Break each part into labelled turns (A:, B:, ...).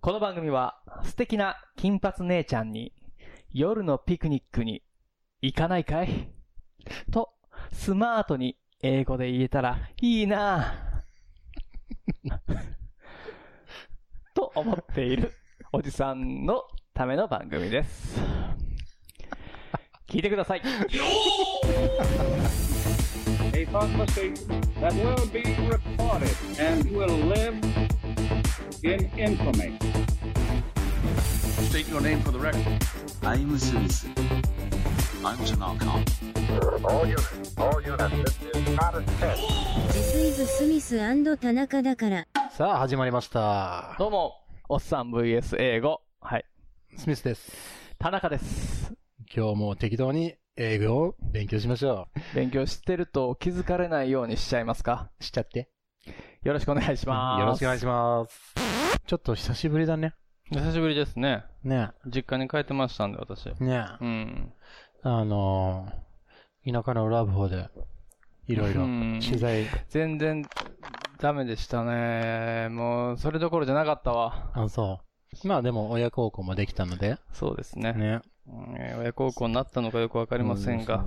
A: この番組は素敵な金髪姉ちゃんに夜のピクニックに行かないかいとスマートに英語で言えたらいいなぁ と思っているおじさんのための番組です。聞いてください。
B: a conversation that will be recorded and will live in infamy.
C: State your name for the record.
D: I'm Smith. I'm Tanaka.
E: All units, all units, this is not a test.
F: ジスイズ・スミス田中だから。
G: さあ、始まりました。
A: どうも、おっさん VS 英語。はい。
G: スミスです。
A: 田中です。
G: 今日も適当に英語を勉強しましょ
A: 勉強してると気づかれないようにしちゃいますか
G: う。しちゃって。
A: よろしくお願いします。
G: よろしくお願いします。ちょっと久しぶりだね。
H: 久しぶりですね。
G: ね
H: 実家に帰ってましたんで、私。
G: え。ねえ。
H: うん。
G: あのー、田舎の裏部方で、いろいろ
H: うん
G: 取材、
H: 全然、ダメでしたね。もう、それどころじゃなかったわ。
G: あ、そう。まあでも親孝行もできたので、
H: そうですね。
G: ね。
H: うんえー親孝行になったのかよくわか
G: あ
H: りませんが。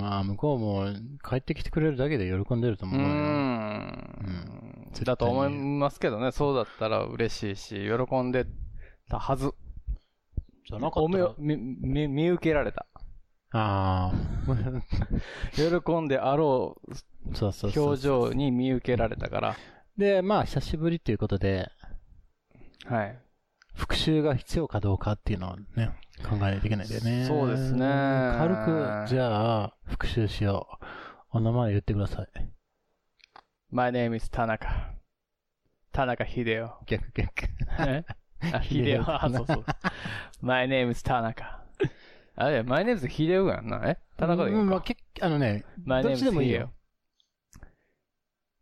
G: まあ向こうも帰ってきてくれるだけで喜んでると
H: う
G: 思
H: ー
G: うよ。
H: ん
G: 絶対。に
H: だと思いますけどね。そうだったら嬉しいし、喜んでたはず。
G: じゃな
H: おめみ、み、見受けられた。
G: ああ。
H: 喜んであろう
G: そうそうそう。
H: 表情に見受けられたから。
G: で、まあ久しぶりということで、
H: はい。
G: 復習が必要かどうかっていうのをね、考えないといけないんだよね。
H: そうですね
G: 軽く、じゃあ、復習しよう。お名前言ってください。
H: My name is 田中。田中秀夫。
G: 逆逆。
H: えあ、 ヒデオ。あ、そうそう。My name is 田中。あれ、My name is ヒデオやんな。え田中でいい
G: うん、ま
H: の
G: あ、
H: か。
G: 結あのね、
H: My
G: ど
H: name
G: っち
H: is
G: でもいい
H: ヒデオ
G: よ。。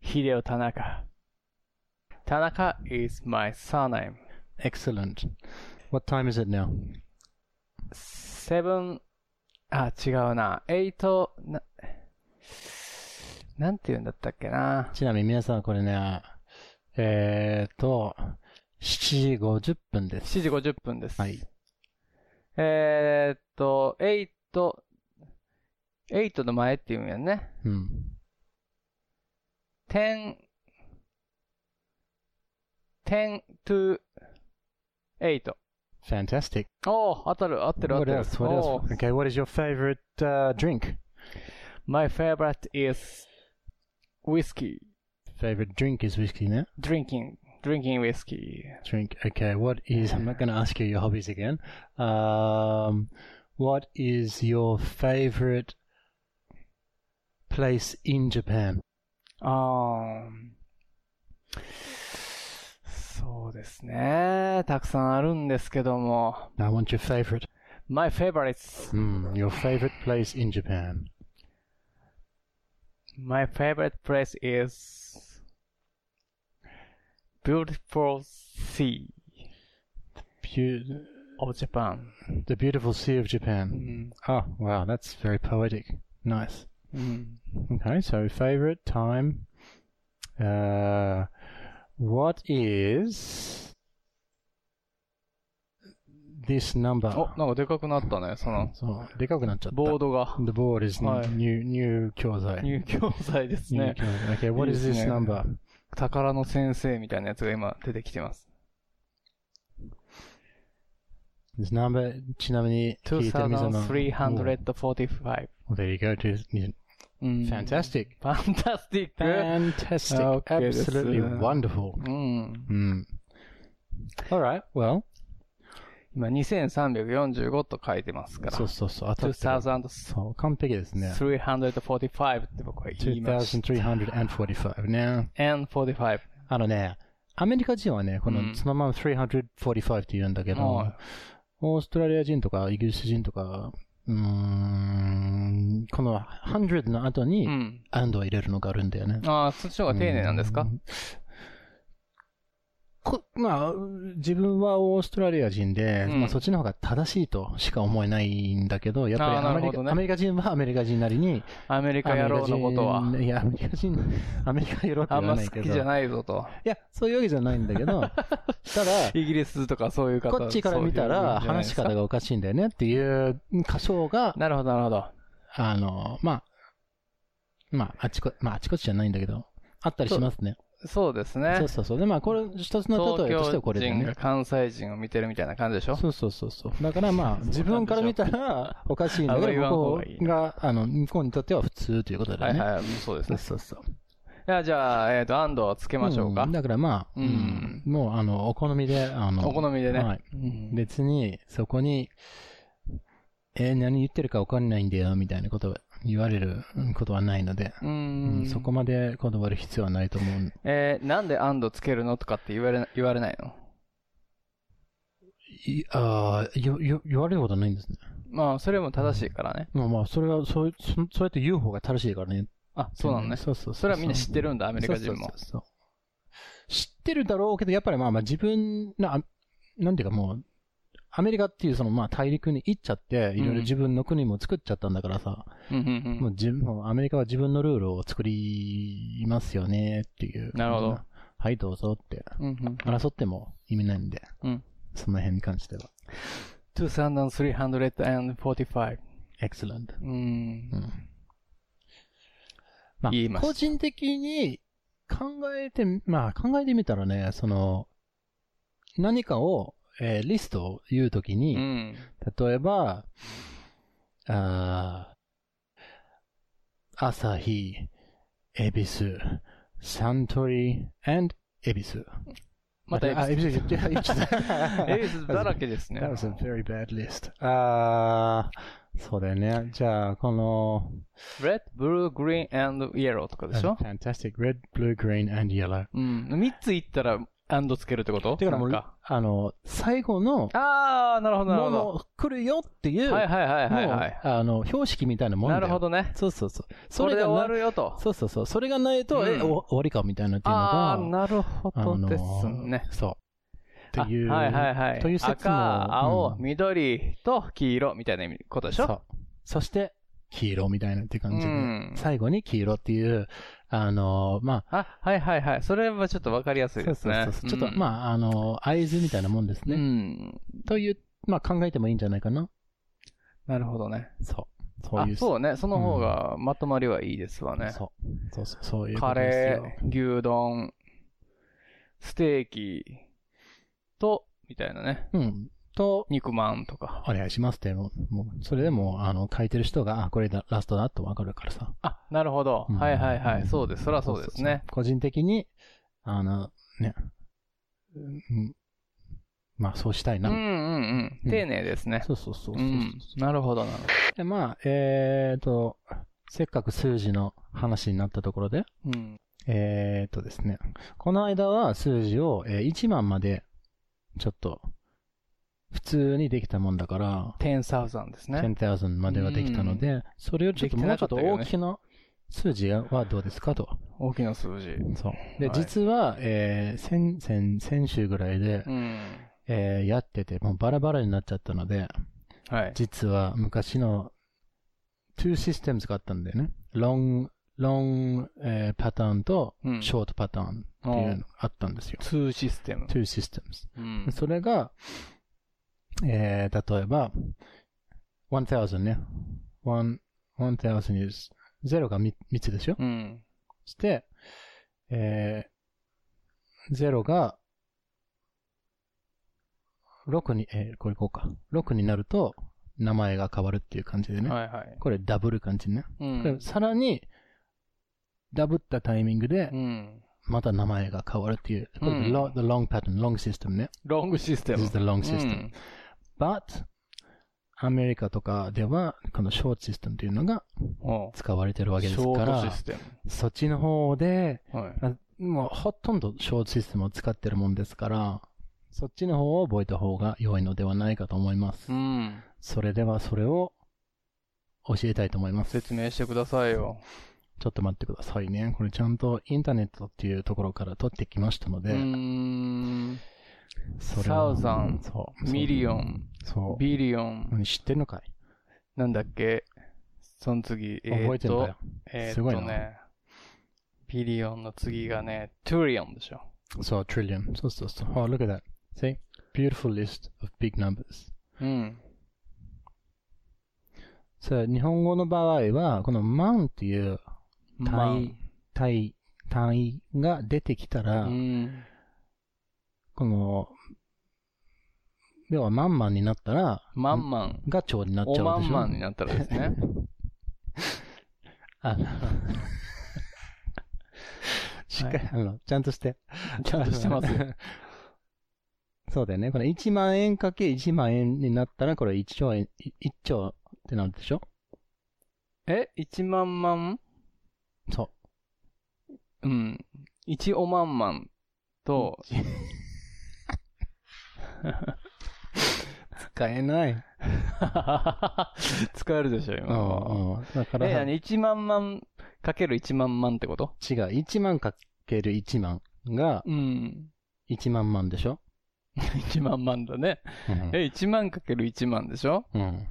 H: ヒデオ田中。田中 is my surname.
G: excellent. What time is it now?
H: 7あ、違うな。8な、なんて言うんだったっけな。
G: ちなみに皆さんこれね、えーと、7時50分です。
H: 7時50分です。
G: はい。
H: えーっと、8、8の前って言うんやんね。
G: うん。
H: ten, ten to eight. Oh,
G: fantastic.
H: おお、当たる、合ってる、合っ
G: What
H: てる。
G: else? What
H: お
G: else?
H: ー
G: Okay, what is your favorite、drink?
H: My favorite is whiskey.
G: Favorite drink is whiskey ね。
H: Drinking. Drinking whiskey.
G: drink. Okay, what is? I'm not going to ask you your hobbies again. Um, what is your favorite place in Japan?
H: あーそうですね。たくさんあるんですけども。
G: I want your favorite.
H: My favorites.
G: Hmm, your favorite place in Japan.
H: My favorite place is beautiful sea
G: Beau-
H: of Japan.
G: the beautiful sea of
H: う
G: Japan.
H: ん
G: Oh, wow, that's very poetic. Nice.
H: うん、
G: Okay, so favorite time. Uh, what is this number?
H: お、なんかでかくなったね、その、
G: そう、でかくなっちゃった。
H: ボードが。
G: The board is
H: はい
G: new, new 教材。
H: 入教材ですね
G: New。教材 Okay, what
H: いい
G: is
H: です
G: this
H: ね
G: number?
H: 宝の先生みたいなやつが今出てきてます。
G: This number, ちなみに、聞いてみその。
H: 2345。
G: Oh, There you go. it is- Mm.
H: うん。
G: Fantastic.
H: ファンタスティッ
G: Fantastic.
H: Okay, this,
G: Absolutely
H: uh,
G: wonderful.
H: クうん。
G: Mm. Alright, well.
H: 今2345と書いてますから。
G: そうそうそう、当たってる。
H: 2345
G: そう、完璧ですね。
H: って僕は言いました。
G: 2345ね。
H: N45。
G: あのね、アメリカ人はね、
H: う
G: こ
H: ん
G: の、そのまま345って言うんだけど、オーストラリア人とかイギリス人とか、うーん、この100の後
H: う
G: に
H: ん。
G: and を入れるのがあるんだよね。
H: ああ、そっちの方が丁寧なんです
G: う
H: か
G: んこまあ、自分はオーストラリア人で、
H: うん
G: まあ、そっちの方が正しいとしか思えないんだけど、やっぱり
H: あー
G: アメ
H: なる
G: リ
H: ほ
G: カ,、
H: どね
G: アメリカ人はアメリカ人なりに、
H: アメリカ野郎のことは、
G: アメリカ人いや、アメリカ人、アメリカ野郎って
H: あ
G: 言
H: ん
G: わ
H: ま
G: ないけ
H: 好
G: ど、
H: きじゃないぞと。
G: いや、そういうわけじゃないんだけ ど、ただ、
H: イギリスとかそういう方
G: こっちから見たら話し方。
H: そういう部分じゃないです
G: がおかしいんだよねっていう箇所が
H: か、なるほど、なるほど。
G: あの、まあ、まあ、あちこ、まあ、あちこちじゃないんだけど、あったりしますね。
H: そうです
G: そ
H: ね
G: う。そうそう。で、まあ、これ、一つの例
H: 東
G: えとしてはこ
H: 京
G: れで
H: 人
G: ね
H: が。関西人を見てるみたいな感じでしょ
G: そうそうそうそう。だからまあ、自分から見たらおかしいんだ
H: あんま
G: け
H: り
G: ど、
H: 言わん方
G: こ
H: がいい
G: こが、あの、向こうにとっては普通ということだ
H: は
G: よ
H: い
G: ね。
H: はい、そうです
G: そう
H: ね。
G: そうそう。
H: いやじゃあ、えっ、と、安藤をつけましょうか。
G: んだからまあ、
H: う
G: うんん、もう、あの、お好みで、あの、
H: お好みでね。
G: はい。
H: うん
G: 別に、そこに、えー何言ってるか分かんないんだよ、みたいなことを言われることはないので、
H: う
G: うん
H: ん
G: そこまでこだわる必要はないと思う。
H: えーなんで安藤つけるのとかって言われな言われないの
G: いああ、よ、よ、言われることはないんですね。
H: まあ、それも正しいからね。
G: まあまあ、それは、そう、そそうやって言う方が正しいからね。
H: あ、そうなのね。
G: そうそう
H: それはみんな知って
G: る、
H: るんだ、アメリカ人も
G: そう。そうそうそう知ってるだろうけど、やっぱりまあまあ自分の、あなんていうかもう、アメリカっていうそのまあ大陸に行っちゃって、いろいろ自分の国も作っちゃったんだからさ、
H: うんうんう
G: もうん自分もうアメリカは自分のルールを作りますよねっていう。
H: なるほど。
G: はい、どうぞって。
H: うんうん。
G: 争っても意味ないんで。
H: うん
G: その辺に関しては。
H: 2345。
G: excellent。
H: うん
G: う。ん。まあ
H: 言いま、した
G: 個人的に考えて、まあ考えてみたらね、その、何かを、えーリストを言うとき
H: う
G: に、
H: ん。
G: 例えば、あー朝日、恵比寿、サントリー、and 恵比寿。
H: また
G: あ、
H: エ
G: 恵
H: ビ
G: 比
H: ス。
G: 寿、いや恵比寿。
H: エビスだらけですね。
G: That was a very bad list. あー、そうだよね。じゃあ、この、
H: red, blue, green, and yellow とかでしょ
G: Fantastic Red, Blue, Green, and Yellow.
H: うん。3つ言ったら、アンドつけるってこと
G: てからも
H: なん
G: う、あの、最後の、
H: あー、なるほど、なる
G: も
H: ほ
G: の、来るよっていう、
H: ど。はいはいはいはい
G: もう
H: はい。
G: あの、標識みたいなもんだ
H: な
G: よ
H: るほどね。
G: そうそうそう。
H: それで
G: がな
H: 終わるよと。
G: そうそうそう。それがないと、
H: うん
G: え、お終わりかみたいなっていうのが、
H: あー、なるほ
G: あの
H: ど
G: ー
H: ですね。
G: そう。っていう。
H: あはいはいはい。
G: という説も
H: 赤、青、
G: うん
H: 緑と黄色みたいな意味ことでし
G: そ
H: ょ
G: う。そして、黄色みたいなって感じ
H: う
G: で、
H: ん
G: 最後に黄色っていう、あのーまあ、
H: あ、はいはいはい。それはちょっとわかりやすいですね。
G: ちょっと、
H: あ、
G: まあ、あのー、合図みたいなもんです
H: う
G: ね。
H: ん。
G: という、まあ、考えてもいいんじゃないかな。
H: なるほどね。
G: そう。そう
H: あ
G: いう、
H: そうね。その方がまとまりはいいですわね。
G: そう。そうそう、そういうこ
H: カ
G: とですよ。
H: レー、牛丼、ステーキと、みたいなね。
G: うん。と、
H: 肉まんとか。
G: お願いしますって、もう、もうそれでもう、あの、書いてる人が、あ、これだ、ラストだとわかるからさ。
H: あ、なるほど。
G: うん
H: はいはいはい。そうです。そらそうですね。。
G: 個人的に、あの、ね、うん、まあそうしたい
H: うん
G: な。
H: うんう。
G: うんん
H: 丁寧ですね。
G: そうそうそうそう
H: う
G: そう、
H: ん。なるほどなるほ
G: でまあ、えーと、せっかく数字の話になったところで、
H: ど。うん。
G: えーとですね、この間は数字を、えー1万まで、ちょっと、普通にできたもんだから、
H: 10,000ですね。
G: 10,000まではできたので、それをちょっ
H: できて
G: とも
H: な
G: うち
H: か
G: ょ
H: っ
G: ったと
H: けどね
G: 大きな数字はどうですかと。
H: 大きな数字。
G: そう。で、
H: はい
G: 実は、えー先、先、先週ぐらいで、
H: うん。
G: えーやってて、もうバラバラになっちゃったので、
H: はい。
G: 実は昔の2 systems があったんだよね。ロング、ロング、えーパターンと
H: うん
G: ショートパターンっていうのがあったんですよ。
H: 2システム。
G: 2 systems。
H: うん。
G: それが、えー例えば、1000ね。1 1000 is 0が 3, つでしょ
H: うん。
G: して、えー、0が、6に、えーこれこうか。6になると、名前が変わるっていう感じでね。
H: はいはい。
G: これダブル感じね。
H: う
G: これ
H: ん。
G: さらに、ダブったタイミングで
H: う、ん。
G: また名前が変わるっていう。これ、
H: うん
G: the long- the long pattern, long system ね。
H: ロングシステ
G: This
H: ム。
G: is the long
H: う
G: system.
H: ん
G: But, アメリカとかでは、このショートシステムというのが
H: おう
G: 使われてるわけで
H: シ
G: す
H: ョ
G: か
H: ート
G: ら
H: シ、ステム。
G: そっちの方で、
H: はい。
G: あもうほとんどショートシステムを使ってるもんですから、そっちの方を覚えた方が良いのではないかと思います。
H: うん。
G: それではそれを教えたいと思います。
H: 説明してくださいよ。
G: ちょっと待ってくださいね。これちゃんとインターネットっていうところから取ってきましたの
H: うー
G: で、
H: ん。
G: それは
H: サウザン
G: そう
H: ミリオン、
G: そう。
H: ビリオン、
G: 何知ってんのかい
H: なんだっけその次、え
G: 覚
H: ー
G: え
H: って
G: んだ
H: と
G: よ、。
H: え
G: す
H: ー
G: ご
H: っ
G: い
H: と
G: な
H: ね、ビリオンの次がね、トゥリオンでしょ。
G: そう、trillion. そうそうそう。Oh, look at that. See? Beautiful list of big numbers.
H: うん。
G: そう、日本語の場合は、この man っていう
H: まあ
G: 単位、単位、単位が出てきたら、
H: うん。
G: この、要はまんまんになったら、
H: まんまん。
G: が蝶になっち
H: おま
G: ゃうんでしょ。
H: まんになったらですね。
G: あのしっかり、あの、ちゃんとして。
H: ちゃんとしてますよ。
G: そうだよね。この1万円かけ1万円になったら、これ1兆円、い1兆ってなるでしょ
H: え、一万万
G: そ
H: うん。一おまんまんと、
G: う。 使えない。
H: 使えるでしょ、
G: う
H: 今のは。
G: んうん。だから、
H: え、
G: 違う。
H: 何 ?1 万万かける1万万ってこと
G: 1万かける1万が
H: うん。
G: 1万万でしょ
H: 1万万だね。
G: うん
H: え、1万かける1万でしょ
G: うん。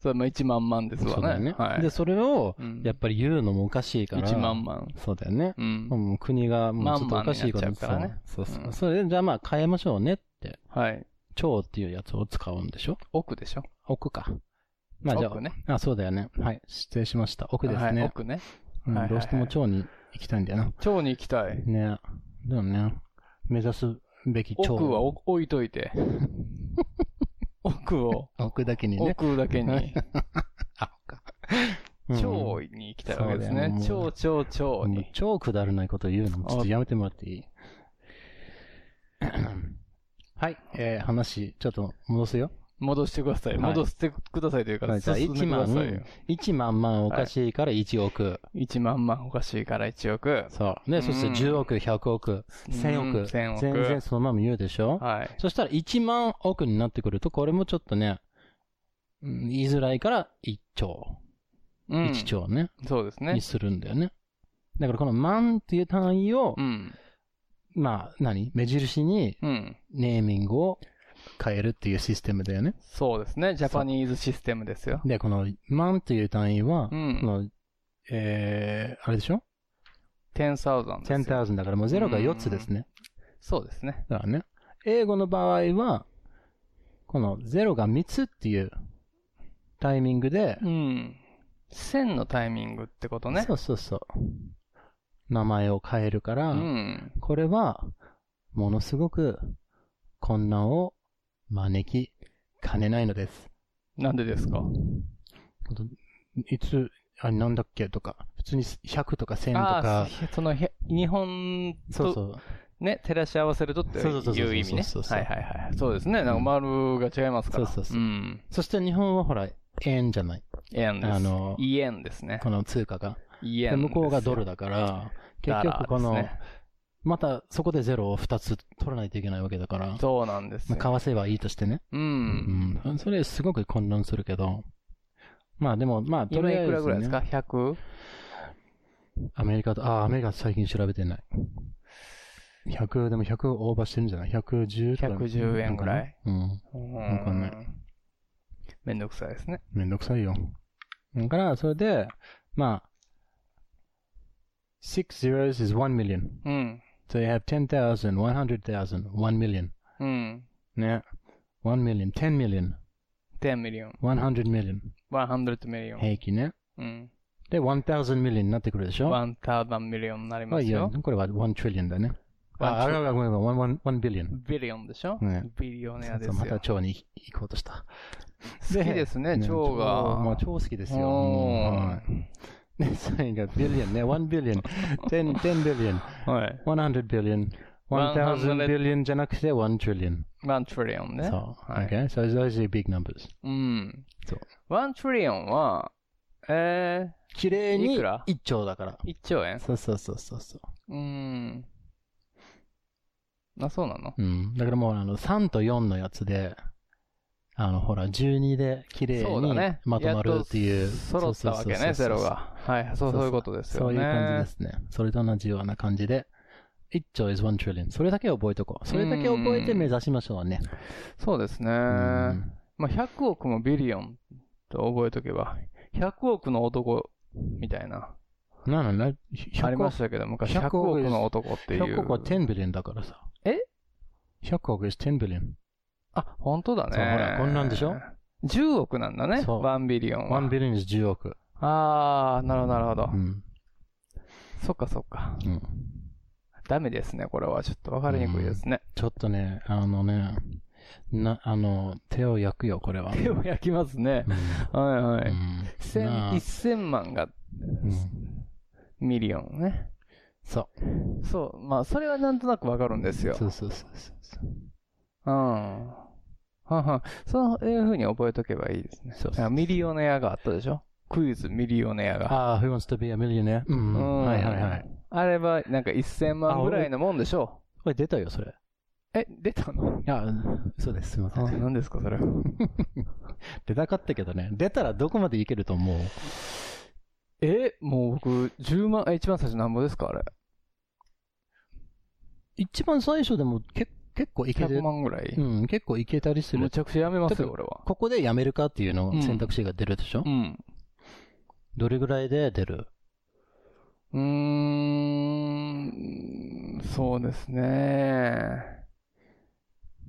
H: それまあ1万万ですわね。
G: そうだよね。
H: はい。
G: で、それを、
H: うん
G: やっぱり言うのもおかしいから。
H: 1万万。
G: そうだよね。
H: うん。
G: もう国がもうちょっとおかしいこと
H: まんまんになっちゃうからね
G: そうそう
H: うん
G: それで、じゃあまあ変えましょうねって。
H: はい。
G: 蝶っていうやつを使うんでしょ
H: 奥でしょ
G: 奥か。まあじゃ
H: 奥
G: あ、
H: ね。
G: あ、そうだよね。はい。失礼しました。奥です
H: はい
G: ね。
H: 奥ね。
G: うん
H: はいはいはい
G: どうしても蝶に行きたいんだよな。
H: 蝶に行きたい。
G: ねでもね、目指すべき蝶。
H: 奥はお置いとい て。奥を、
G: 奥だけにね。
H: 奥だけに、
G: あ、か。
H: 蝶に行きたいわけですね。
G: そうだ
H: 蝶、
G: よ
H: 蝶、
G: う
H: 蝶
G: んもう
H: に。
G: 超くだらないこと言うのもちょっとやめてもらっていいはい。えー話、ちょっと戻すよ。
H: 戻してください。
G: はい
H: 戻してくださいという
G: は
H: か、
G: いじゃあ
H: 進んでくださいよ。
G: 1万万おかしいから1億。
H: 1万万おかしいから1億。
G: そう。ね、そして
H: うん
G: 10億、100億、1000
H: うん
G: 億。
H: 1000億
G: 全然そのまま言うでしょ
H: はい。
G: そしたら1万億になってくると、これもちょっとね、うん言いづらいから1兆。
H: う
G: 1兆ね。
H: そうですね
G: に。するんだよね。だからこの万っていう単位を
H: う、ん。
G: まあ、何目印に
H: うん。
G: ネーミングを変えるっていうシステムだよね。
H: そうですね。ジャパニーズシステムですよ。
G: で、この万っていう単位は、
H: う
G: こ
H: ん
G: の、えー、あれでしょ
H: 10,000ですよ。
G: ?10,000 だからもう0が4つですね。
H: そうですね。
G: だからね。英語の場合は、この0が3つっていうタイミングで、
H: うん。1000のタイミングってことね
G: そ。うそうそう。名前を変えるから、
H: うん。
G: これは、ものすごく混乱を招きかねないのです。
H: なんでですか
G: いつ、あれなんだっけとか、普通に100とか1000と
H: ああ
G: か、
H: ー、その、へ日本
G: そうそ
H: と
G: う。
H: ね、照らし合わせるとって
G: そうそうそうそう
H: いう意味ね。
G: そうそうそう
H: はいはいはい。そうですね。なんか丸が違いますから。
G: そうそうそう
H: うん。
G: そして日本はほら、円じゃない。
H: 円です。
G: あの
H: イエンですね。
G: この通貨が。
H: イエ
G: で
H: ン。
G: 向こうがドル
H: だ。
G: だから、
H: ダ
G: 結
H: ラー
G: 局この、
H: ですね
G: またそこでゼロを2つ取らないといけないわけだから、ま
H: そうなんです
G: あ、
H: よ。
G: 買わせばいいとしてね。
H: う。
G: うんん。それすごく混乱するけど、まあでも、まあ、と
H: 今
G: り
H: い
G: あえず、
H: く
G: ね、
H: らぐらいですか ?100?
G: アメリカと、ああ、アメリカ最近調べてない。100、でも100オーバーしてるんじゃない ?110 とか。
H: 110円ぐらい
G: うん。
H: わ
G: かんない。
H: めんどくさいですね。
G: めんどくさいよ。だから、それで、まあ、6 zeros is 1 million.
H: うん。
G: So you have 10,000, 100,000, 1 million.
H: うん。
G: ね。1 million, 10 million,
H: 10 million,
G: 100 million.
H: 100 million.
G: 平均ね。
H: うん。
G: で、1000 million になってくるでしょ
H: 1000 million になりま
G: あ
H: す
G: いや
H: よ。
G: これは1 trillion だね。
H: 1
G: あ、あ、ごめんごめんごめん、1 1 billion。
H: ビリオンでしょ
G: ね
H: ビリオネアです
G: そうまた
H: よ。
G: 蝶に行行こうとした。
H: 好きですね、蝶
G: もう
H: が。
G: 超好きですよ。
H: おー
G: はいで、それが billion ね、1 billion、10, 10 billion、
H: はい。
G: 100 billion、1000 billion じゃなくて1 trillion。
H: 1 trillion ね。
G: そう。
H: はい
G: Okay, so those are big numbers.
H: うん。
G: そう
H: 1 trillion は、え
G: 綺麗
H: い
G: に
H: くら
G: 1兆だから。
H: ー、1兆円
G: そうそうそうそうそう。
H: うん。あ、そうなの
G: うん。だからもうあの3と4のやつで、あのほら12で綺麗
H: そうだ
G: に
H: ね
G: まとまるっていう。
H: やっと揃ったわけね
G: そうそうそうそう
H: ゼロがはい、そう、そういうことですよ
G: そう
H: ね。
G: いう感じですね。それと同じような感じで、1兆 is 1 trillion。それだけ覚えとこう。それだけ覚えて目指しましょうね。
H: そうですね。
G: うん
H: まあ、100億もビリオンと覚えとけば、100億の男みたいな、
G: なのな、
H: あり
G: 100
H: まし
G: 億、
H: たけど、昔
G: 100
H: 100億の男っていう。
G: 100億は10 billion だからさ。
H: え
G: ?100 億 is 10 billion。
H: あ、本当だね。
G: そうほらこんなんでしょ
H: ?10 億なんだね、
G: そう
H: 1ビリオンは。
G: 1 billion is 10億。
H: あー、なるほど、なるほど
G: う。ん。
H: そっかそっか。
G: うん
H: ダメですね、これは。ちょっとわかりにくいですね。
G: ちょっとね、あのね、な、あの、手を焼くよ、これは。
H: 手を焼きますね。
G: う
H: はいは
G: ん
H: い。
G: うんな
H: 1000 1000万が
G: うん
H: ミリオンね。
G: そ
H: そう。まあ、それはなんとなくわかるんです
G: う。
H: よ。
G: そうそうそうそう。
H: うん。はんはん。そういうふうに覚えとけばいいですね。
G: そうそう
H: あミリオネアがあったでしょクイズミリオネアが。
G: ああ、Who wants to be a millionaire? う。
H: うんん
G: はいはいはい。。
H: あれは、なんか1000万ぐらいのもんでしょ
G: これ出たよ、それ。
H: う。え、出たの
G: あ、そうです。すいませ
H: あ
G: ん。
H: 何ですか、それ。
G: 出たかったけどね。出たらどこまでいけると思う
H: え、もう僕、10万、え、一番最初なんぼですかあれ。
G: 一番最初でもけ結構いけ
H: 100
G: る。
H: 万ぐらい。
G: うん、結構いけたりす
H: む
G: る。
H: ちゃくちゃやめます
G: だっ
H: よ、
G: て
H: 俺は。
G: ここでやめるかっていうの
H: うん
G: 選択肢が出るでしょ、
H: うん。
G: どれぐらいで出る
H: うーん、そうですね。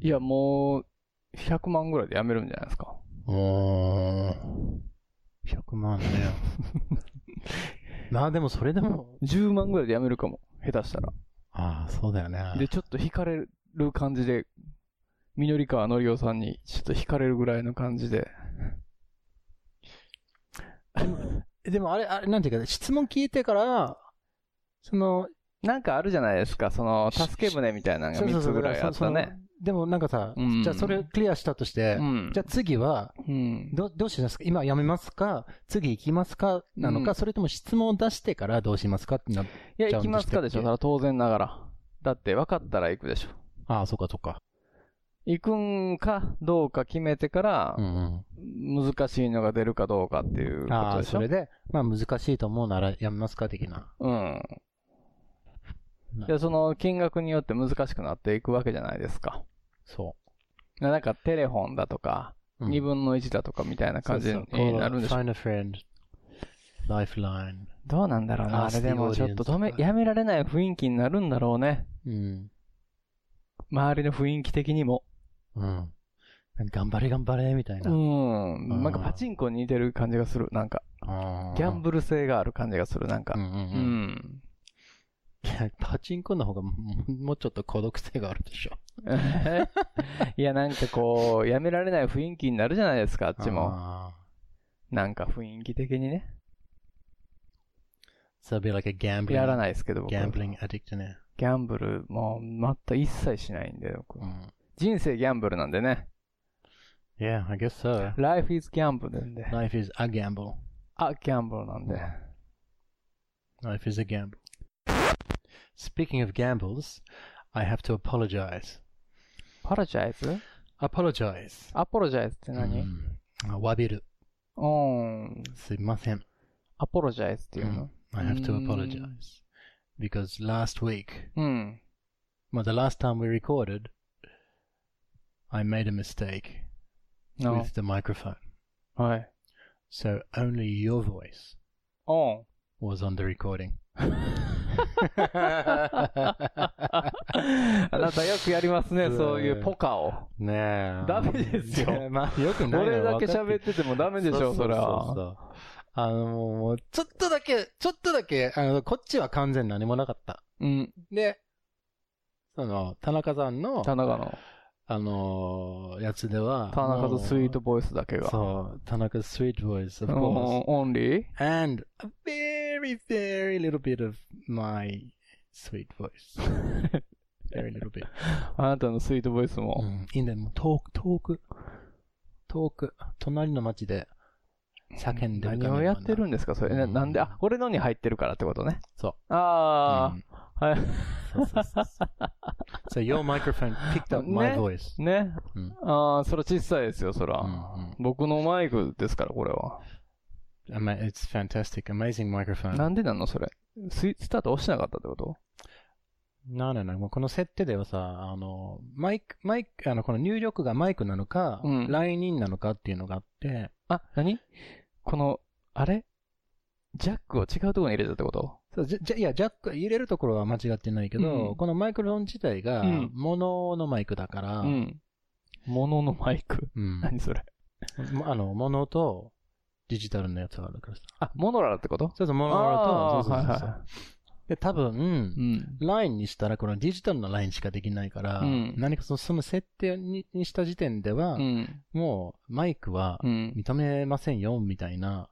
H: いや、もう、100万ぐらいでやめるんじゃないですか。
G: おー。100万ね。 まあでもそれでも、
H: 10万ぐらいでやめるかも。下手したら。
G: ああ、そうだよね。
H: で、ちょっと惹かれる感じで、緑川のりおさんにちょっと惹かれるぐらいの感じで。
G: でもあれ、 あれ、なんていうか、質問聞いてから、その、
H: なんかあるじゃないですか、その、助け舟みたいなのが3つぐらいあった
G: そ
H: ね。
G: の。でもなんかさ、
H: うん
G: じゃあそれクリアしたとして、
H: うん
G: じゃあ次は、
H: うん。
G: どどうしますか今やめますか次行きますかなのか、
H: うん
G: それとも質問を出してからどうしますかってなっ
H: いや、
G: ち
H: 行
G: ゃうん
H: き
G: で
H: ま
G: し
H: すか
G: たっけ
H: でしょ、それは当然ながら。だって分かったら行くでしょ。
G: ああ、そうかそうか。
H: 行くんかどうか決めてから
G: う、んうん。
H: 難しいのが出るかどうかっていうこ
G: あ
H: と
G: あ、
H: でし
G: そ
H: ょ
G: れ。で、まあ難しいと思うならやめますか的な。
H: うん
G: な。
H: で、その金額によって難しくなっていくわけじゃないですか。
G: そ
H: なんかテレフォンだとか、
G: う。
H: 2分の1だとかみたいな感じになるんでしょ
G: そうそう Find a friend, lifeline.
H: どうなんだろうな。
G: あ
H: あれでもちょっと止め
G: ス、ティー
H: やめられない雰囲気になるんだろうね。Hmm.
G: うん。
H: 周りの雰囲気的にも。
G: うん。頑張れ頑張れ、みたいうな。
H: Hmm. ん。なんかパチンコに似てる感じがする。なんか、ギャン
G: ブ
H: ブル性がある感じがする。なんか
G: う。んうん
H: う
G: うん。
H: ん。
G: パチンコの方がももうちょっと孤独性があるでしょ。
H: いや、なんかこう、やめられない雰囲気になるじゃない ですか、あっちも。
G: も。
H: なんか雰囲気的にね。
G: So it'd be like a gambling.
H: やらないですけど、僕。
G: Gambling addict ね。
H: ギャンブル、もう、全く一切しないんで、僕。人生ギャンブルなんでね。
G: Yeah, I guess so.
H: Life is gamble なんで。
G: Life is a gamble.
H: あ、ギャンブルなんで。
G: Life is a gamble. Speaking of gambles, I have to apologize.
H: パラジャイズ
G: Apologize.
H: アポロジャイズって何、
G: うんわびる。
H: うーん。
G: すいません。
H: アポロジャイズっていう
G: う
H: の
G: ん。I Mm-hmm. have to
H: うん
G: apologize. Because last week,
H: うん。
G: well, the last time we recorded, I made a mistake
H: あ
G: with the microphone.
H: はい。
G: So only your voice
H: おん。
G: was on the recording.
H: あなたよくやりますね、
G: うん
H: そういうポカを。
G: ねえ。
H: ダメですよ
G: ねえまあ、よくない
H: 俺だけ喋っててもダ
G: ダ
H: メでしょ、それは。
G: あの、もう、ちょっとだけ、ちょっとだけ、あの、こっちは完全に何もなかった。
H: うん。
G: で、その、田中さんの、
H: 田中の。
G: あのーやつでは、
H: 田中とスイートボイスだけが。
G: そう、田中 sweet voice, of
H: うん
G: course.
H: オンリー
G: And a very, very little bit of my sweet voice. very little bit.
H: あなたのスイートボイス
G: う
H: も。
G: ん、いいんだよ、もう遠く、遠く、遠く、隣の町で叫んでる
H: 何をやってるんですか、それ。な
G: うん
H: なんで、あ、俺のに入ってるからってことね。。
G: そう
H: あ
G: うん
H: あ、はい。
G: そうそうそうそう So your microphone picked up my
H: ね
G: voice.
H: ね
G: うん。
H: ああ、それ小さいですよ、そら。
G: うんうん
H: 僕のマイクですから、これは。
G: ama- It's fantastic, amazing microphone.
H: なんでなんのそれスイスタート押してなかったってこと
G: No, no, no. もうこの設定ではさ、あの、マイク、マイク、あの、この入力がマイクなのか、
H: うん
G: ラインインなのかっていうのがあって、
H: あ、何この、あれジャックを違うところに入れたってこと
G: そうじゃ、じゃ、いや、ジャック、入れるところは間違ってないけど、
H: うん
G: このマイクロフォン自体が
H: うん、
G: モノのマイクだから、
H: うん。モノのマイク。
G: うん
H: 何それ
G: もあの、モノと、デジタルのやつがあるからさ。
H: あ、モノラルってこと
G: そうそう、モノ
H: あ
G: と、
H: ー
G: そうそうそうそう
H: はいは
G: で、多分
H: う、ん。
G: ラインにしたら、このデジタルのラインしかできないから、
H: うん
G: 何かそのその設定ににした時点では、
H: うん。
G: もう、マイクは
H: うん。
G: 認めませんよ、みたいな、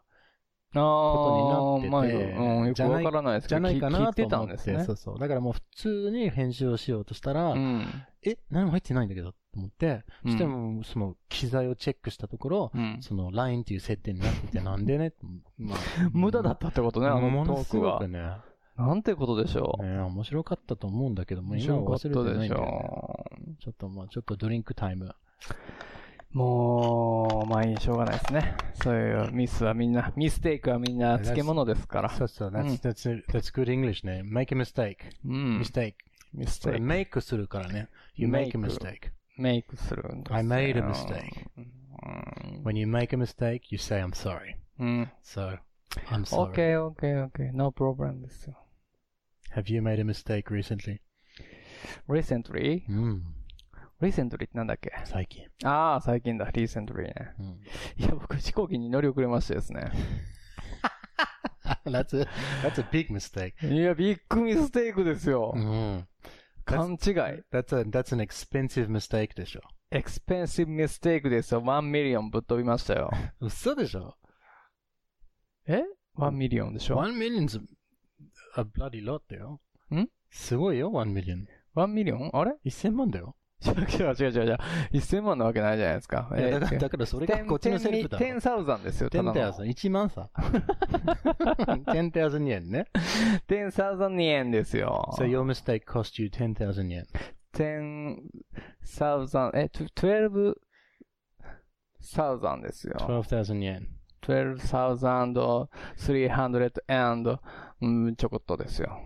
H: あ
G: こ
H: あ
G: とに
H: まあ
G: なってて
H: うん、よくわからないですけ
G: じ
H: ど、
G: ゃないか
H: 聞
G: ないと
H: てた
G: 思
H: ん
G: っ
H: で
G: て、
H: すね。
G: そうそう。だからもう普通に編集をしようとしたら、
H: うん。
G: え、何も入ってないんだけど、と思って、
H: うん
G: そしてもう、その、機材をチェックしたところ、
H: うん。
G: その、LINE っていう設定になってて、なんでね、まあ
H: 無駄だったってことね、あ
G: も
H: のト
G: の
H: ー
G: す
H: ク
G: ご
H: は
G: く。ね、ね
H: なんてことでしょう。
G: 面白かったと思うんだけど、もう
H: 面
G: 今
H: 白か
G: は
H: っ
G: 忘
H: た
G: れてな
H: でし
G: いんだよね。
H: ょ
G: ちょっともう、ちょっとドリンクタイム。
H: う。もう、まあいい、しょうがないですね。そういうミスはみんな、ミステイクはみんな漬物ですから。
G: そうそう、
H: うん
G: that's, that's, that's good English ね。make a mistake.
H: うん。
G: mistake.
H: ミス
G: そ
H: テ
G: れ
H: イク。
G: make するからね。you make a
H: Make.
G: mistake.
H: メイクするんですよ
G: I made a mistake.
H: うん。
G: When you make a mistake, you say I'm sorry.
H: うん。
G: So, I'm sorry.
H: OK, OK, OK. No problem ですよ。
G: Have you made a mistake recently?
H: recently?
G: うん。
H: recently ってなんだっけ
G: 最近。
H: ああ、最近だ。recently ね。
G: うん。
H: いや、僕、飛行機に乗り遅れましてですね。
G: that's, a, that's a big mistake.
H: いや、ビッグミステイクですよ。
G: うん。
H: 勘違い。
G: Hmm. That's, a, that's an expensive mistake でしょ。
H: expensive mistake ですよ。1 million ぶっ飛びましたよ。
G: 嘘でしょ
H: え ?1 million でしょ
G: ?1 million's a bloody lot だよ。
H: ん
G: すごいよ、1 million。
H: ?1 million? あれ
G: 1000万だよ。
H: 違う違う違う違う違う。1000万なわけないじゃないですか。
G: いやだから
H: 違う
G: だからそれがこっちのセリフだろ
H: 10,000 10,000ですよ。ただの
G: 10,000、1万 さ。10,000 yen ね。
H: 10,000円ですよ。
G: So your mistake cost you 10,000 yen.
H: 10,000、え、12,000ですよ。
G: 12,000 yen.
H: 12,300 and、うん、ちょこっとですよ。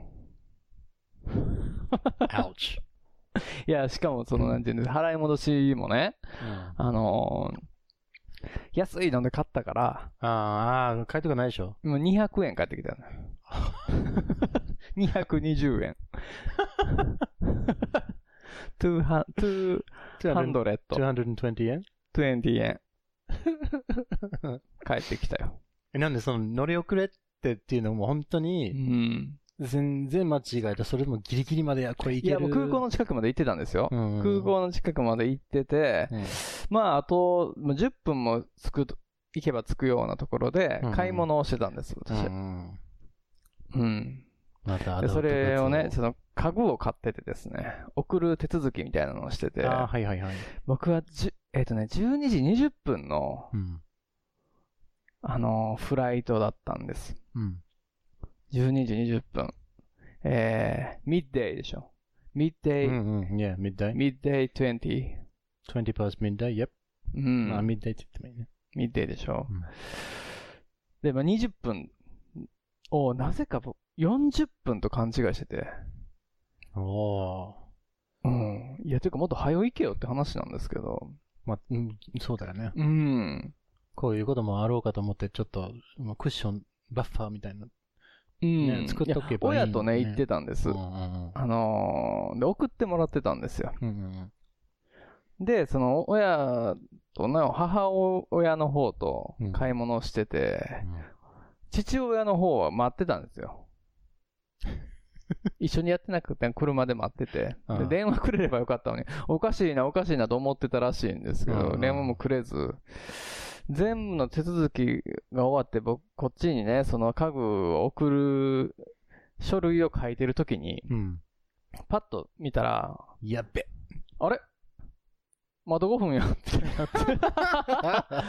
G: Ouch.
H: いや、しかもその、なんていうんです払い戻しもね、
G: うん
H: あのー安いので買ったから、
G: Ah, あーあー、書いてこないでしょ。
H: もう200円返ってきたの。220円。200 220
G: 220 yen?
H: 円。 返ってきたよ。
G: えなんでその乗り遅れってっていうのも本当
H: う
G: に
H: ん。
G: 全然間違えた。それもギリギリまで、あこれい
H: い
G: ける。
H: や、もう空港の近くまで行ってたんですよ。
G: の
H: 空港の近くまで行ってて、まあ、あと、もう10分も着くと、行けば着くようなところで
G: うんうん、
H: 買い物をしてたんです、私。うん。で、それをね、その、家具を買っててですね、送る手続きみたいなのをしてて、
G: ああー、はいはいはい。
H: 僕はじゅ、えっ、とね、12時20分の、
G: うん。
H: あのーフライトだったんです。
G: うん。
H: 12時20分。えー、ミッデイでしょ。ミッ
G: う
H: デイ、
G: んうん。Yeah, midday.
H: ミッデイ20。
G: 20 past midday, yep.
H: う
G: まあ、
H: ん。
G: midday って言ってもいいね。
H: ミッデイでしょ。
G: うん
H: で、まあ、20分を、なぜか僕、40分と勘違いしてて。
G: おー。
H: うん。いや、ていうかもっと早う行けよって話なんですけど。
G: まあ、うんそうだよね。
H: うん。
G: こういうこともあろうかと思って、ちょっと、まあクッション、バッファーみたいな。
H: うん。
G: ね作っとけばいい
H: や
G: のにね
H: 親とね、行ってたんです。
G: うん
H: あのーで、送ってもらってたんですよ。
G: うんうん。
H: で、その、親とね、母親の方と
G: うん
H: 買い物をしてて、
G: うん
H: 父親の方は待ってたんです よ。一緒にやってなくて、車で待ってて、
G: ああ
H: で電話くれればよかったのに、おかしいな、おかしいなと思ってたらしいんですけ
G: うんう
H: ど、
G: ん
H: 電話もくれず、全部の手続きが終わって、僕、こっちにね、その家具を送る書類を書いてるときに、
G: うん。
H: パッと見たら、
G: やっべ。
H: あれまだ5分やってなって。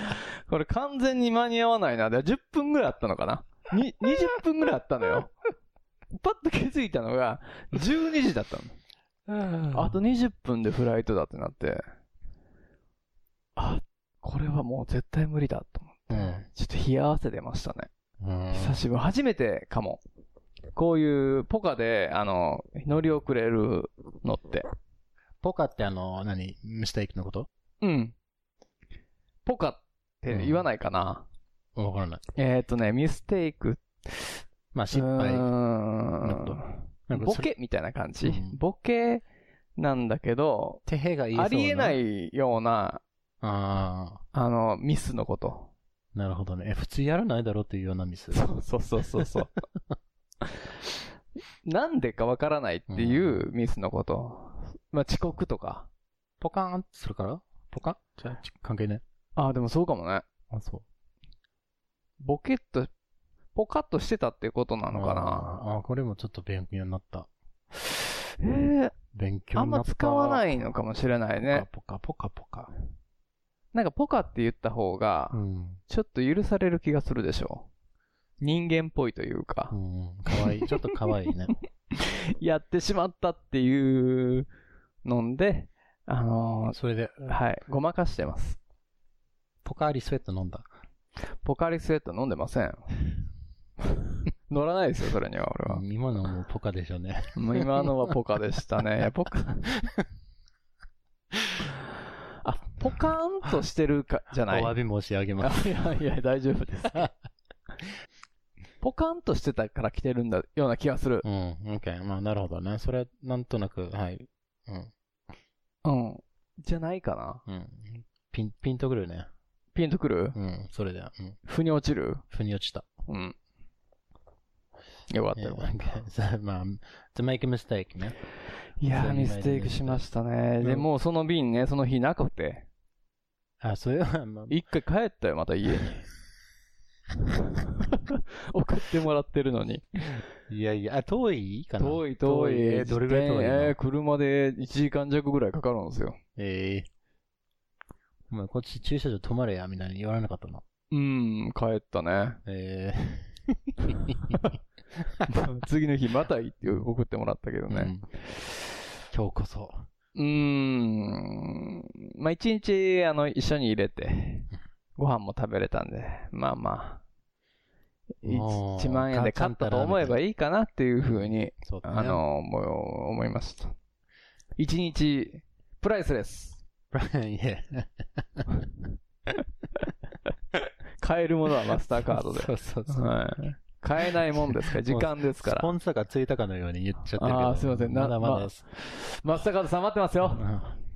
H: これ完全に間に合わないな。で、10分ぐらいあったのかなに ?20 分ぐらいあったのよ。パッと気づいたのが、12時だったの。あと20分でフライトだってなって、あ、これはもう絶対無理だと思って。
G: うん。
H: ちょっと冷や汗出ましたね。
G: うん
H: 久しぶり。初めてかも。こういうポカで、あの、乗り遅れるのって。
G: ポカってあの、何ミステイクのこと
H: うん。ポカって言わないかな。
G: わからない。
H: えっ、ー、とね、ミステイク。
G: まあ、失敗
H: う。
G: のこと
H: ー
G: なん
H: ん。
G: か
H: ボ
G: それ
H: ケみたいな感じ、
G: うん
H: ボケなんだけど、
G: 手へが言えそうな
H: ありえな。いような、
G: あ
H: あの、ミスのこと。
G: あ、なるほどね。え、普通やらないだろうっていうようなミス。
H: そうそうそうそうそう。 なんでかわからないっていうミスのこと。まあ、遅刻とか。
G: ポカーンするからポカンじゃあ、ち関係ない。
H: ああ、でもそうかもね。
G: あ、そ
H: ボケっと、ポカッとしてたってこと
G: う
H: なのかな。
G: あーあー、これもちょっと勉強になった。
H: え
G: 勉
H: ー、
G: 強
H: あ
G: に
H: ん
G: なった。
H: ま使わないのかもしれないね。
G: ポカポカポカポ
H: なんかポカって言った方が
G: カ。う、ん。
H: ちょっと許される気がするでしょ。人間っぽいというか
G: う、ん。か わいい。ちょっとかわいいね。
H: やってしまったっていうので、あの
G: それで、
H: ーはい、ごまかしてます。
G: ポカリスウェット飲んだ。
H: ポカリスエット飲んでません。 乗らないですよ、それには俺は。
G: 今のはもうポカでしょうね。
H: もう今のはポカでしたね。ポカ。 あ、ポカーンとしてるか、じゃ
G: お
H: ない。
G: 詫び申し上げます。
H: あいやいや、大丈夫です。ポカーンとしてたから来てるんだような気がする。
G: うん。オッケー。まあ、なるほどね。それは、なんとなく、はい。
H: うん。じゃないかな。
G: うん。ピン、ピンとくるね。
H: ピンとくる
G: うん。それで、うん。
H: 腑に落ちる
G: 腑に落ちた。
H: うん。よかったよかった。
G: Yeah, okay. So, まあ、to make a mistake ね。
H: いやー、
G: そういう意味
H: ミステイクしましたね。で
G: うん
H: もうその便ね、その日なくて。
G: あ、それは、まあ、
H: 一回帰ったよ、また家 に。送ってもらってるのに。
G: いやいや、あ、遠いかな
H: 遠い遠い。
G: えーどれぐらい遠いの
H: えー車で1時間弱ぐらいかかるんですよ。
G: ええお前、こっち駐車場止まれや、みたいに言われなかったの。
H: うん、帰ったね。
G: え
H: 次の日また行って送ってもらったけど
G: え
H: ね。
G: 今日こそ。
H: うーん。まあ一日、あの、一緒に入れて、ご飯も食べれたんで、まあまあ、
G: もう
H: 1万円で買ったと思えばいいかなっていうふうに、
G: そうだね。
H: あ、の、思い思いました。一日、プライスレス。
G: いや、
H: 買えるものはマスターカー ドで。
G: そうそうそう。
H: はい。買えないもんですから、時間ですか
G: スポ
H: ら。
G: ンサーがついたかのように言っちゃってるけど。
H: あーすいませんな
G: まだまだです。
H: マスターカードさん待ってますよ。
G: うん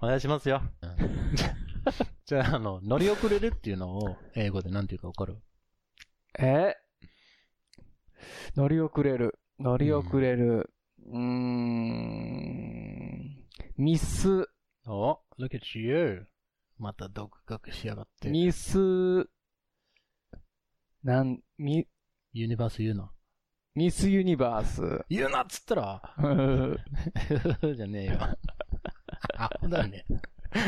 G: お願いしますよ。じゃあ、あの、乗り遅れるっていうのを、英語で何て言うかわかる
H: え乗り遅れる。乗り遅れる。うーん。ミス、
G: お look at you. また独学しやがって。
H: ミス、なん、ミ、
G: ユニバース言うな。
H: ミスユニバー ス。
G: 言うなっつったら、 じゃねえ よ。あ、ほだね。ち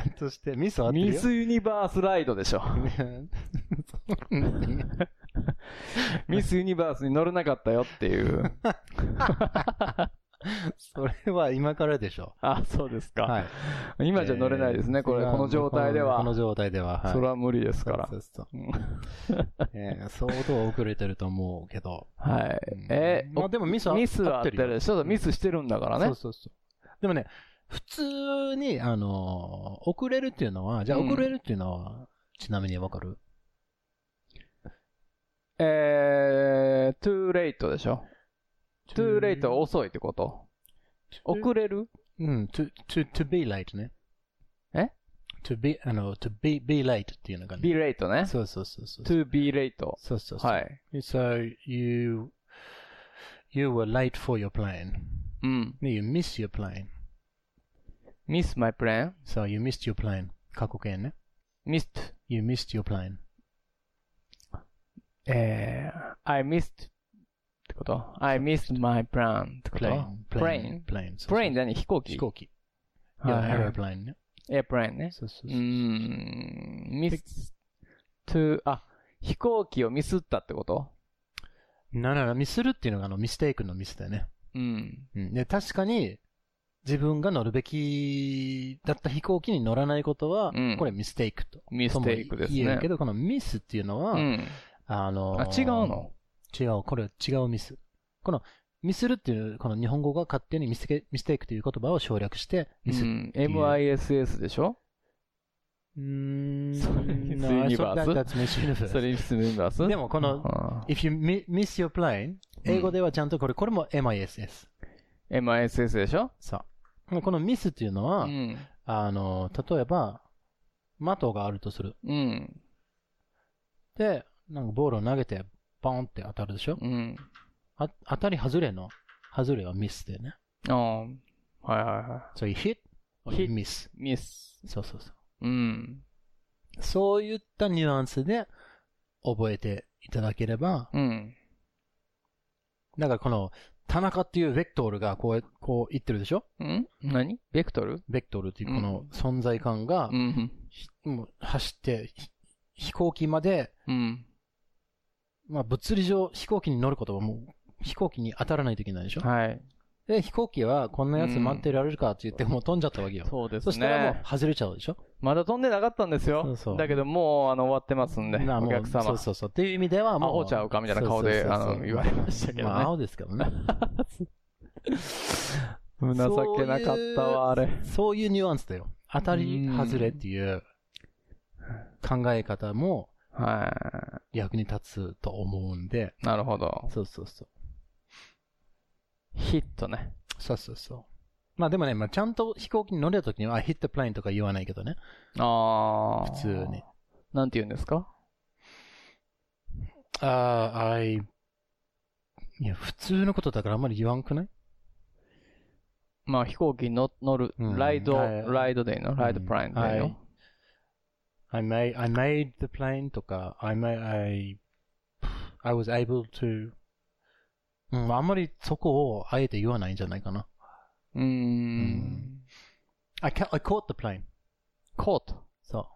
G: ゃんとして、ミスあ ってるよ。
H: ミスユニバースライドでし ょ。ミスユニバースに乗れなかったよって いう。
G: それは今からでしょ。
H: あ、そうですか。
G: はい。
H: 今じゃ乗れないですね、これ。この状態では。
G: この状態では。はい
H: それは無理ですから
G: そ。うそう
H: うん
G: そうえー相当遅れてると思うけど。
H: はい
G: うん。
H: えー
G: まあでもミスは
H: ミスはあって
G: 合ってる
H: る。そうだ、ミスしてるんだから
G: そ
H: ね
G: う。そうそう。でもね、普通に、あのー遅れるっていうのは、じゃあ
H: うん
G: 遅れるっていうのは、ちなみにわかる
H: えー、too late でしょ。too late は遅いってこと遅れる
G: うん、to, to, to be late ね。
H: え
G: ?to be, あの、to be, be late っていうのがね。
H: ?be late ね。
G: そうそうそうそう。
H: to be late.
G: そうそうそう。
H: はい。
G: So, you, you were late for your plane.
H: うん。
G: You missed your plane.
H: miss my plan.
G: So, you missed your plane. 過去形ね。
H: missed.
G: You missed your plane.
H: えー、I missed ってこと ?I missed my plan ってこと
G: Plane.
H: plane?
G: Plane. そうそう
H: plane 何飛行機
G: 飛行機。い
H: は
G: や、
H: い
G: エアプラインね。
H: airplane ね。
G: そうそうう
H: ー
G: そう。
H: ん、ミス、to、あ、飛行機をミスったってこと
G: なら、ミスるっていうのがあの、ミステイクのミスだよね。
H: うん。
G: うん。で、確かに、自分が乗るべきだった飛行機に乗らないことは、
H: うん
G: これミステイクと。
H: ミステイクです
G: とも言え
H: ね
G: るけ。ど、このミスっていうのは、
H: うん。
G: あの
H: あ、
G: ー
H: 違うの
G: 違う、これ違うミス。この、ミスるっていう、この日本語が勝手にミステミステイクという言葉を省略して、
H: う
G: ミス。
H: ん。MISS でしょ
G: うーん、
H: それミスユニバース
G: no, that- that's Miss Universe
H: それミスメンバース
G: でもこの、
H: あ
G: if you mi- miss your plane,
H: うん
G: 英語ではちゃんとこれ、これも MISS。
H: ー MISS でしょ
G: そう。このミスっていう
H: う
G: のは、
H: ん。
G: あのー、例えば、的があるとする。
H: うん。
G: で、なんかボールを投げて、ボーンって当たるでしょ
H: うん。
G: あ当たり外れの、外れはミスだよね。
H: ああ。はいはいは
G: So you hit or you
H: Hit.
G: miss.
H: い。ミス。
G: そうそうそ
H: う
G: う。
H: ん。
G: そういったニュアンスで覚えていただければ、
H: うん。
G: だからこの、田中っていうベクトルがこう、こう言ってるでしょ
H: ん何ベクトル
G: ベクトルっていうこの存在感が
H: う、ん。
G: もう走って、ひ飛行機まで、
H: うん。
G: まあ物理上飛行機に乗ることはもう、飛行機に当たらないといけないでしょ
H: はい。
G: で、飛行機はこんなやつ待ってられるかって言ってもう飛んじゃったわけよ。
H: そうですね。
G: そしたらもう外れちゃうでしょ
H: まだ飛んでなかったんですよ。
G: そうそう
H: だけどもう、あの、終わってますんで、
G: なあ
H: お
G: もう
H: 客
G: そう
H: 様。
G: そうそう。っていう意味ではもう。
H: アホちゃうかみたいな顔で
G: そうそうそうそう
H: あの言われましたけどね
G: まあ、アホです けどね。
H: 情けなかったわ、あれ。
G: そういうニュアンスだよ。当たり
H: うん
G: 外れっていう考え方も
H: は
G: 役に立つと思うんで。
H: い。なるほど。
G: そうそうそう。
H: ヒットね。
G: そうそうそう。まあでもね、まあ、ちゃんと飛行機に乗れた時には、hit the plane とか言わないけどね。
H: ああ。
G: 普通に。。
H: なんて言うんですか
G: ああ、I... いや、普通のことだからあんまり言わんくない
H: まあ、飛行機に乗乗る、
G: うん
H: ライド、
G: はい
H: ライドでいいのライドプライムでいいの、
G: はい I made, I made the plane とか、I made, I, I was able to, うん、あんまりそこをあえて言わないんじゃないかな。
H: うーん。
G: I, ca- I caught the plane.
H: コート。
G: そ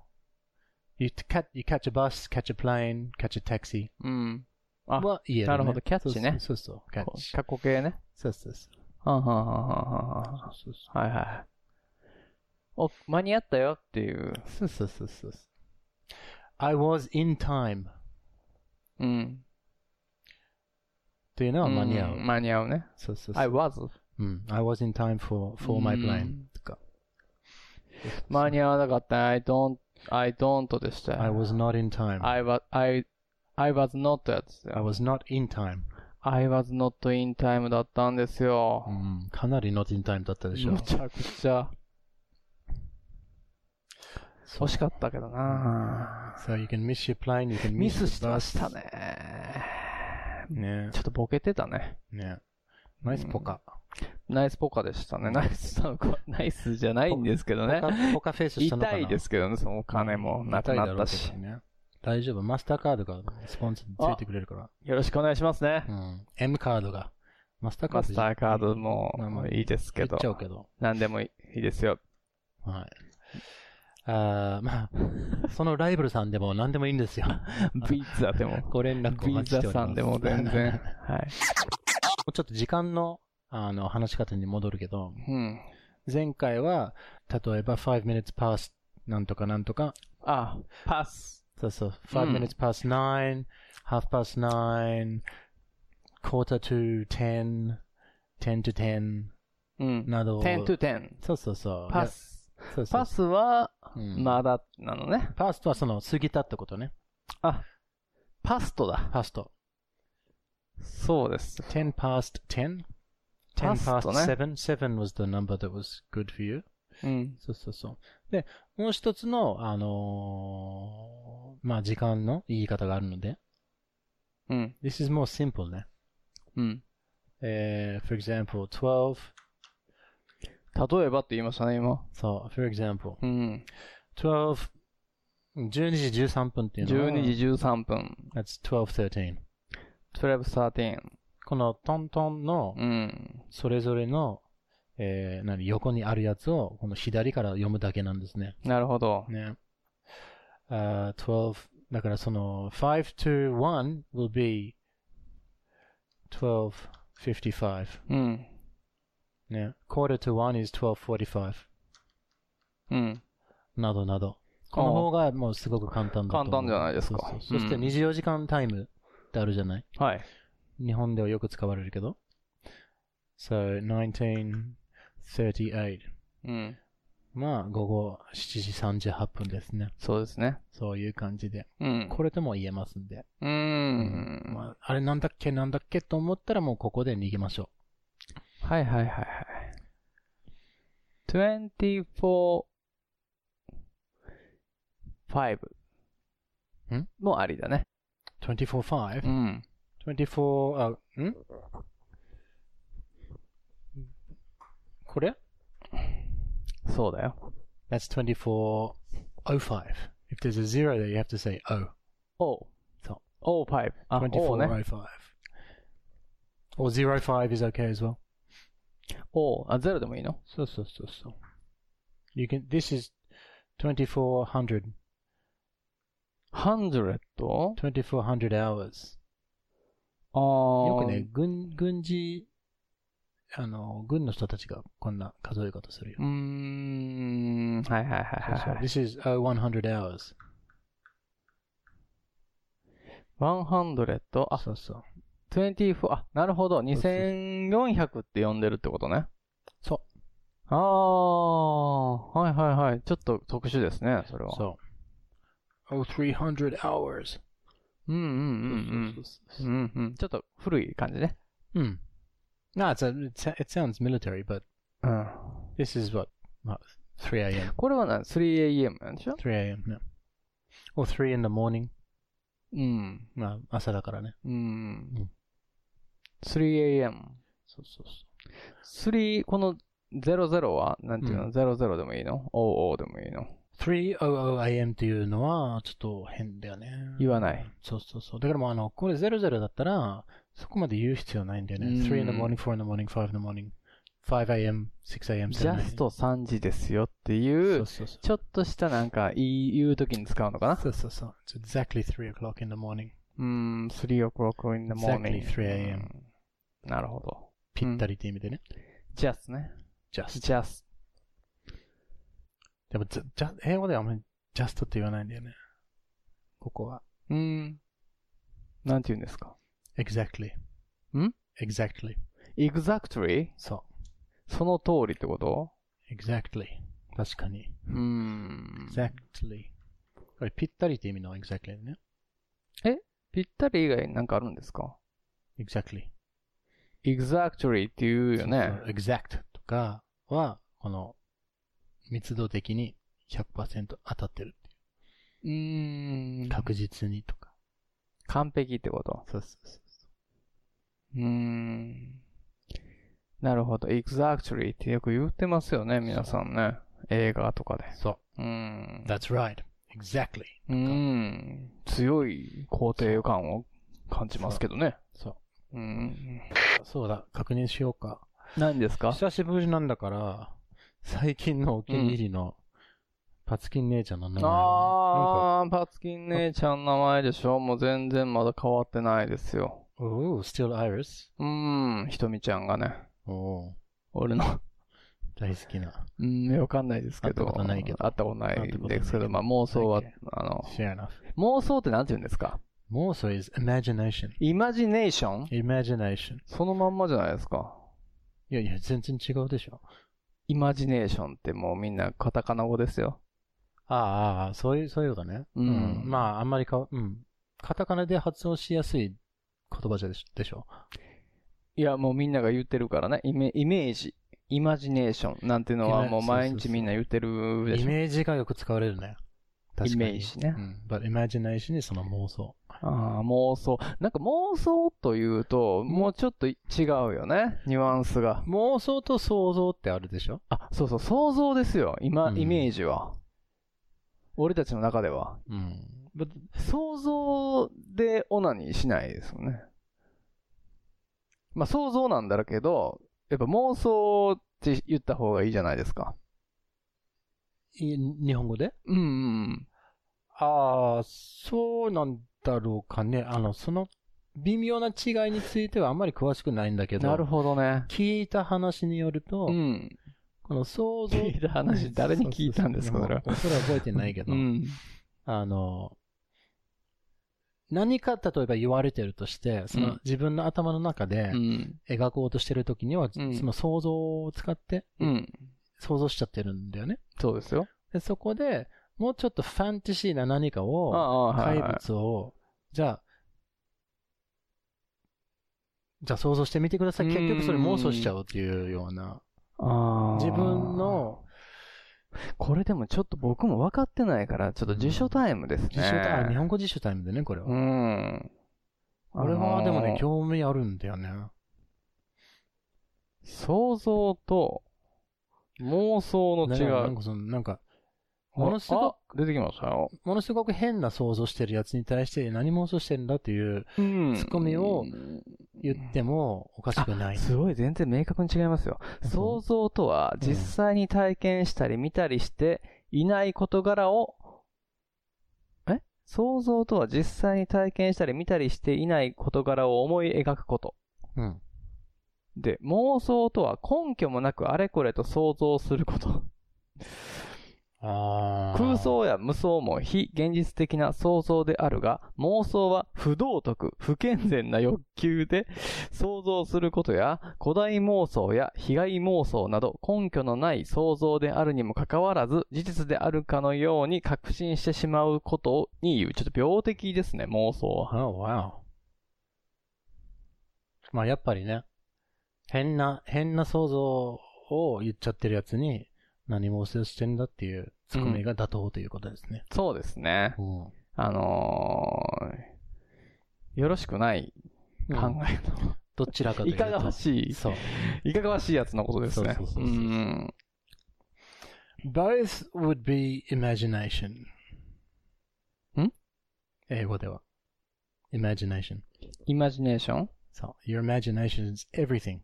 G: う。You, t- catch, you catch a bus, catch a plane, catch a taxi.
H: うん。あ
G: は言える、ね。
H: なるほどキャッチね
G: そうそうそう、キャッチ。
H: 過去形ね。
G: そうそうそ
H: はんはんはんはんはんはん
G: う。そうそ
H: はいはい。お、間に合ったよっていう。
G: うそうそうそうそう。I was in time
H: うん。
G: というのは間に合う。
H: ん間に合うね。
G: そうそうそ
H: Mm.
G: う。
H: I was.
G: うん、I Mm. was in time for, for my
H: う
G: plane
H: ん
G: とか。
H: 間に合わなかった。I don't, I don't でしたよ。
G: I was not in time.
H: I was, I, I was not やつ。
G: I was not in time.
H: I was not in time だったんですよ
G: う。ん、かなり Mm. not in time だったでしょ
H: む。ちゃくちゃ。惜しかったけどな
G: So you can miss your plane, you can
H: ミ
G: miss
H: スして
G: the
H: ま
G: bus.
H: したね。
G: ね
H: ちょっとボケてたね。
G: ねナイスポカ。
H: ナイスポカでしたね。ナイスなのか、ナイスじゃないんですけど
G: ポ
H: ね。
G: カポカフェイスしたのかな
H: 痛いですけどね、そのお金もなくなったし。。
G: 痛いだろうけどね大丈夫。マスターカードがスポンサーについてくれるから。
H: よろしくお願いしますね
G: う。ん。M カードが。マスターカード
H: マスターカード
G: まあま
H: も
G: あ
H: いいですけ
G: 言
H: ど
G: っち、ゃうけど。
H: 何でもいいですよ。
G: はい。あ ーまあ、そのライブルさんでも何でもいいんですよ。
H: ビーザでも、
G: ご連絡を
H: ビー
G: お待ちしております
H: ザさんでも全然。 はい。
G: もうちょっと時間の、あの、話し方に戻るけど、
H: うん。
G: 前回は、例えば5 minutes past なんとかなんとか、
H: あ、パス。
G: そうそう、5 minutes past 9, half past 9, quarter to 10, 10 to 10
H: うん。
G: などを。
H: 10 to 10。
G: そうそうそう。
H: パス。
G: いや。そうそう
H: パスは、
G: うん
H: まだ、なのね。
G: パスとはその、過ぎたってことね。
H: パストだ。
G: パスと。
H: そうです。
G: 10 past 10? 10
H: past
G: past
H: ね
G: 7? 7 was the number that was good for you.
H: うん。
G: そうそうそう。で、もう一つの、あのーまあ、時間の言い方があるので、
H: うん。
G: This is more simple ね。
H: うん。
G: えー for example, 12.
H: 例えばって言いましたね、今。
G: そう、for example,
H: うん。
G: 12, 12時13分っていうのは、
H: 12時13分。
G: that's 12.13.
H: 12.13。
G: このトントンの
H: う、ん。
G: それぞれの、えー何、横にあるやつを、この左から読むだけなんですね。
H: なるほど。
G: ね。あー12だからその、5 to 1 will be 12.55.
H: うん。
G: ね。quarter to one is 12.45
H: うん。
G: などなど。この方がもうすごく簡単だと思
H: 簡
G: う。
H: 単じゃないですか
G: そうそうそして
H: うん
G: 24時間タイムってあるじゃない。
H: はい。
G: 日本ではよく使われるけど。So, 1938.
H: うん。
G: まあ、午後7時38分ですね。
H: そうですね。
G: そういう感じで。
H: うん。
G: これとも言えますんで。
H: うー
G: うん
H: ん。
G: まあ、あれなんだっけなんだっけと思ったらもうここで逃げましょ
H: はいはいはいはい。24、5
G: ん
H: もありだね。
G: う。24-5?
H: ん。
G: 24, あ、んこれ
H: そうだよ。
G: That's 24.05. If there's a zero there, you have to say oh. O.
H: O。
G: そう。
H: O5。あ、O
G: Ah,
H: ね。
G: 24.05. Or 05 is okay as well.
H: O。あ、ゼロでもいいの
G: So, so, so, so. You can, this is 2400,
H: 100?
G: 2400 hours.
H: あ
G: よ
H: ー
G: くね、。軍、軍事、あの、軍の人たちがこんな数え方するよ
H: う。ーん。はいはいはい
G: そう
H: は
G: そ
H: いうはい。
G: This is uh, 100 hours.
H: 100? あ、
G: そうそう。
H: 24、あ、なるほど。2400って呼んでるってことね。。
G: そう
H: ああ、はいはいはい。ちょっと特殊ですね、それは。
G: そう。Oh, 300 hours.
H: うんうんうんうん。うんうん。ちょっと古い感じね。
G: Hmm. No, it's a, it's a- it sounds military, but
H: うん。
G: this is what? what 3 a.m.
H: これは何 ?3am なんでしょ
G: 3 a.m. No. Or 3 in the morning.
H: うん。
G: まあ、朝だからね。
H: うん。3am。
G: そうそうそ
H: 3、この00は、なんていうの、
G: うん
H: ?00 でもいいの ?00 でもいいの
G: う。300 a.m. っていうのは、ちょっと変だよね。
H: 言わない。
G: そうそうそう。だからもう、あの、これ00だったら、そこまで言う必要ないんだよね。
H: うん
G: 3 in the morning, 4 in the morning, 5 in the morning, 5 a.m., 6 a.m.,
H: ジ
G: 7 a.m.
H: ャスト3時ですよってい
G: そうう、そうそう。
H: ちょっとしたなんか言う時に使うのかな
G: そうそうそう。It's exactly 3 o'clock in the morning.
H: うーん、3 o'clock in the morning.
G: Exactly 3
H: う
G: a.m.
H: んなるほど。
G: ぴったりって意味でね。
H: just ね。
G: just.
H: just.
G: でも、じゃ、じゃ、英語ではあんまり just って言わないんだよね。ここは。
H: うーん。なんて言うんですか
G: exactly.
H: ん
G: ?exactly.
H: ?exactly?
G: そ
H: その通りってこと
G: う。exactly. 確かに。
H: うーん。
G: exactly. これ、ぴったりって意味の exactly ね。
H: ぴったり以外になんかあるんですか
G: exactly.
H: ?exactly って言うよね。
G: そうそう exact とかは、この、密度的に100%当たってるってい
H: ーん
G: うう。。確実にとか。
H: 完璧ってこと
G: そうそうそ
H: う
G: う。
H: ーん。なるほど。exactly ってよく言ってますよね、皆さんね。映画とかで。
G: そう
H: ーん
G: う。。that's right. exactly.
H: うーん。強い肯定感を感じますけどね。。
G: そう
H: うん。
G: う。そうだ。確認しようか。
H: 何ですか
G: 久しぶりなんだから、最近のお気に入りの、パツキン姉ちゃんの名前をなんか、
H: あー、パツキン姉ちゃんの名前でしょもう全然まだ変わってないですよ。
G: おー、still Iris?
H: うーん、ひとみちゃんがね。
G: おー、
H: 俺の、
G: 大好きな。
H: うん、わかんないですけど。
G: 会ったことないけど
H: 会ったことない
G: 会ったことない
H: ですけど、まあ妄想は
G: Okay、
H: あの、
G: Fair enough.
H: 妄想ってなんて言うんですか
G: 妄想 is imagination.
H: イマジネーション
G: imagination.
H: そのまんまじゃないですか。
G: いやいや、全然違うでしょ。
H: イマジネーションってもうみんなカタカナ語ですよ。
G: ああああ、そういう、そういうことね。
H: うん
G: まあ、あんまりか、うん。カタカナで発音しやすい言葉じゃでしでしょ。
H: いや、もうみんなが言ってるからね。イメイメージ、イマジネーションなんていうの
G: イ
H: は
G: メ
H: もう毎
G: そうそ
H: 日
G: うそう
H: みんな言ってるでし
G: イ
H: ょ。
G: メージがよく使われるね。確かに。
H: イメージね
G: うん。but imagination にその妄想。
H: ああ、妄想。なんか妄想というと、もうちょっと違うよね。ニュアンスが。
G: 妄想と想像ってあるでしょ
H: あ、そうそう、想像ですよ。今、
G: うん
H: イメージは。俺たちの中では。
G: うん。
H: 想像でオナニーしないですよね。まあ想像なんだけど、やっぱ妄想って言った方がいいじゃないですか。
G: い日本語で
H: うんうんうん。
G: ああ、そうなんだろうかね。あの、その微妙な違いについてはあんまり詳しくないんだけど、
H: なるほどね。
G: 聞いた話によると、
H: うん。
G: この想像。
H: 聞いた話、誰に聞いたんですか、
G: そ
H: そう
G: そ
H: れ
G: う
H: は
G: そう。それは覚えてないけど、
H: うん。
G: あの、何か例えば言われてるとして、そうの
H: ん
G: 自分の頭の中で
H: うん。
G: 描こうとしてる時には、
H: うん
G: その想像を使って
H: うん。
G: 想像しちゃってるんだよね。
H: そうですよ。
G: でそこでもうちょっとファンタジーな何か
H: あ
G: を、
H: あ、はい
G: 怪
H: はい。
G: 物を、じゃあ、じゃあ想像してみてください。
H: うん
G: 結局それ妄想しちゃうっていうような。
H: あー
G: 自分、の
H: これでもちょっと僕も分かってないから、ちょっと辞書タイムですね。
G: 辞書タイム、あ日本語辞書タイムでね、これは。
H: うん。
G: これはでもね、
H: 日、
G: 興味あるんだよね。
H: 想像と妄想の違
G: なんかなん
H: う。
G: かその、なんか、ものすご
H: く。出てきましたよ。
G: ものすごく変な想像してるやつに対して何妄想してんだっていう
H: うん
G: ツッコミを言ってもおかしくない。
H: すごい、全然明確に違いますよ。想像とは、
G: うん
H: 実際に体験したり見たりしていない事柄を、え想像とは実際に体験したり見たりしていない事柄を思い描くこと。
G: うん。
H: で、妄想とは根拠もなくあれこれと想像すること。
G: あー
H: 空想や無想も非現実的な想像であるが、妄想は不道徳、不健全な欲求で想像することや、古代妄想や被害妄想など根拠のない想像であるにもかかわらず、事実であるかのように確信してしまうことに言う。ちょっと病的ですね、妄想は。
G: Oh, wow. まあやっぱりね、変な、変な想像を言っちゃってるやつに何妄想してんだっていうツッコミが妥当ということですね。
H: そうですね。
G: うん
H: あのー、よろしくない考えの、
G: どちらかという
H: い
G: と。
H: かがわしい、
G: そう。
H: いかがわしいやつのことですね。
G: そうそうそうそううん Both would be imagination.
H: ん
G: 英語では。imagination.
H: イマジネーション
G: そう。Your imagination is everything.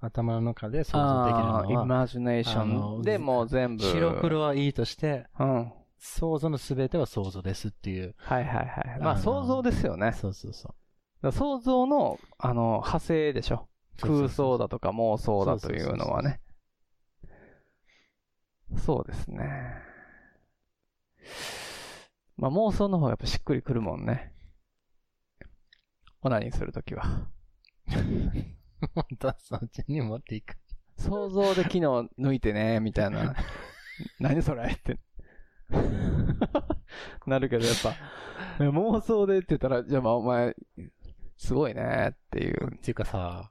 G: 頭の中で想像できる
H: あーイ
G: のは、
H: マジネーシ
G: あ
H: ョン
G: の
H: でもう全部。
G: 白。黒はいいとして、
H: うん。はい
G: 想像のすべては想像ですっていう。
H: はいはい。まあ
G: あの
H: 想像ですよね。だか
G: そうそうそう。
H: ら想像の、あの、派生でしょ。空想だとか妄想だというのはね。そうですね。まあ妄想の方がやっぱしっくりくるもんね。オナニーするときは。
G: またそっちに持っていく。
H: 想像で機能抜いてね、みたい な。何それって。 なるけど、やっぱ、妄想でって言ったら、じゃあまあお前、すごいねっていう。
G: っていうかさ、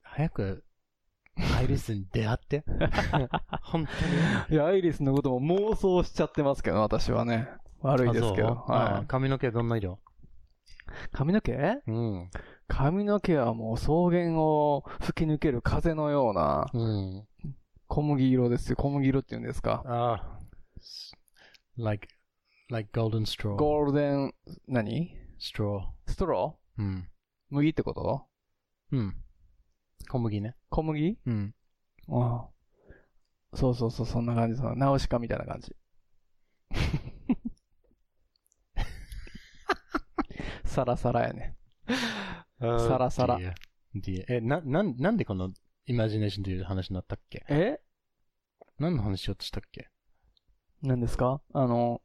G: 早く、アイリスに出会 って。本
H: いや、アイリスのことも妄想しちゃってますけど、私はね。
G: 当
H: 悪い
G: に。
H: ですけど。
G: あそうあ
H: は
G: ー髪の毛どんな色
H: い、髪の毛
G: うん。
H: 髪の毛はもう草原を吹き抜ける風のような
G: うん。
H: 小麦色ですよ。小麦色って言うんですか。
G: ああ。like, like golden straw.
H: ゴールデン、何
G: straw.
H: ストロ
G: うん。
H: ー麦ってこと
G: うん。小麦ね。
H: 小麦
G: うん。
H: ああ。そうそうそう、そんな感じ、その、ナウシカみたいな 感じ。サラサラやね。さらさら
G: Dear. Dear. え、な、なん、なんでこのイマジネーションという話になったっけ
H: え
G: 何の話しようとしたっけ
H: 何ですかあの、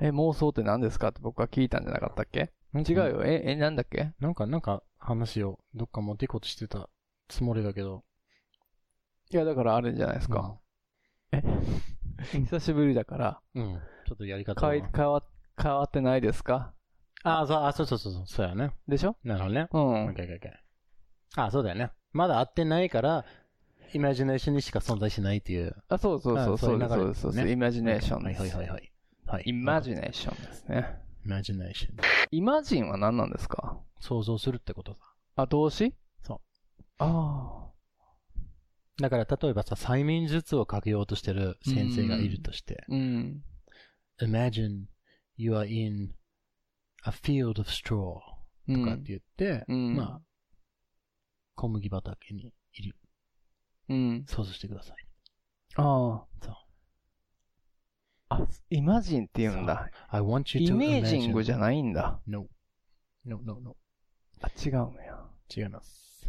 H: え、妄想って何ですかって僕は聞いたんじゃなかったっけ
G: なんか
H: 違うよ。え、え、なんだっけ
G: なんか、なんか話をどっか持っていこうとしてたつもりだけど。
H: いや、だからあるんじゃないですか。 久しぶりだから、
G: うん。うん。ちょっとやり方を
H: かい変わ、変わってないですか
G: ああ、そう、あ、そうそうそうそう、そうやね。
H: でしょ
G: なるほどね。
H: う
G: うん。
H: ん。
G: OK, OK, OK. ああ、そうだよね。まだ会ってないから、イマジネーションにしか存在しないっていう。
H: あ、そうそうそう、
G: あ
H: そ
G: そううい
H: で
G: う
H: す、そう
G: 流れ
H: で、
G: ですす
H: そ
G: ね
H: うです。イマジネーション
G: は
H: で
G: い
H: す。
G: はいはいはい。はい。
H: イマジネーションですね。
G: イマジネーション。
H: イマジンは何なんですか
G: 想像するってことだ。
H: あ、動詞
G: そう。
H: あ
G: だから、例えばさ、催眠術をかけようとしてる先生がいるとして
H: あ。、うん。
G: Imagine you are in a field of straw
H: と
G: とかって言って、
H: うん
G: まあ、小麦畑にいる。
H: うん。
G: 想像してください。
H: ああ。
G: そう。
H: あ、イマジンって言うんだ。
G: I want you
H: イ
G: to
H: メージングじゃ
G: い
H: ないんだ。
G: ?No. No, no, no.
H: あ、違うんや。
G: 違います。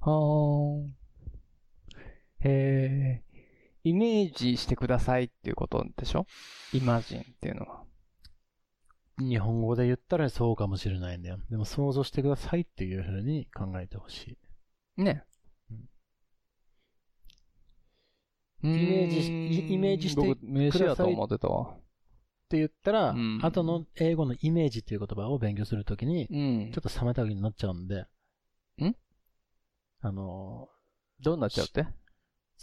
H: はーん。へえ。イメージしてくださいっていうことでしょイマジンっていうのは。
G: 日本語で言ったらそうかもしれないんだよ。でも想像してくださいっていうふうに考えてほし
H: ね。イ
G: イメージしイイメージして
H: 僕、名詞だと思ってたわ。
G: い。って言ったら、
H: うん
G: 後の英語のイメージっていう言葉を勉強するときに、
H: うん
G: ちょっ。と妨げになっちゃうんで。
H: ん
G: あの
H: どうなっちゃうって
G: ー、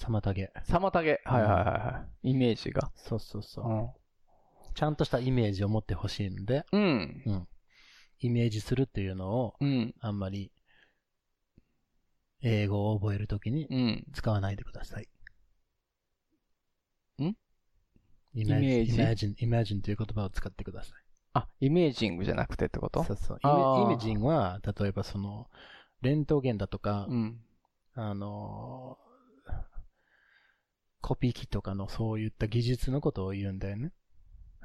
G: 妨げ。
H: 妨げ。はいはいはいはい。イメージが。
G: そうそうそう。
H: う
G: ちゃんとしたイメージを持ってほしいんで、
H: ん。
G: イメージするっていうのを、
H: うん。
G: あんまり、英語を覚えるときに
H: うん。
G: 使わないでください。
H: ん
G: イ
H: メージ
G: imagine, imagine という言葉を使ってください。
H: あ、イメージングじゃなくてってこと
G: そうそう。
H: あー
G: イメイメージングは、例えばその、レントゲンだとか、
H: うん。
G: あのーコピー機とかのそういった技術のことを言うんだよね。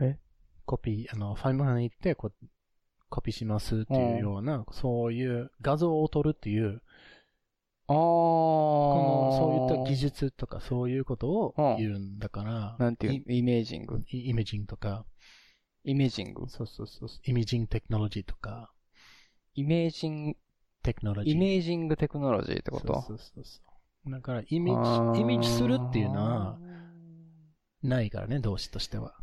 H: え
G: コピー、あの、ファイルマンに行ってこコピーしますっていうような、そういう画像を撮るっていう、
H: ああ。
G: このそういった技
H: 術。
G: 術とかそういうことを言うんだから、
H: なんていう
G: イ
H: のイメージング。
G: イイメージングとか、
H: イメージング。
G: そうそうそう、イメージングテクノロジーとか、
H: イメージング。
G: テクノロジー。
H: イメージングテクノロジーってこと
G: そうそうそうそう。だから、イメージ、イメージするっていうのは、ないからね、動詞としては。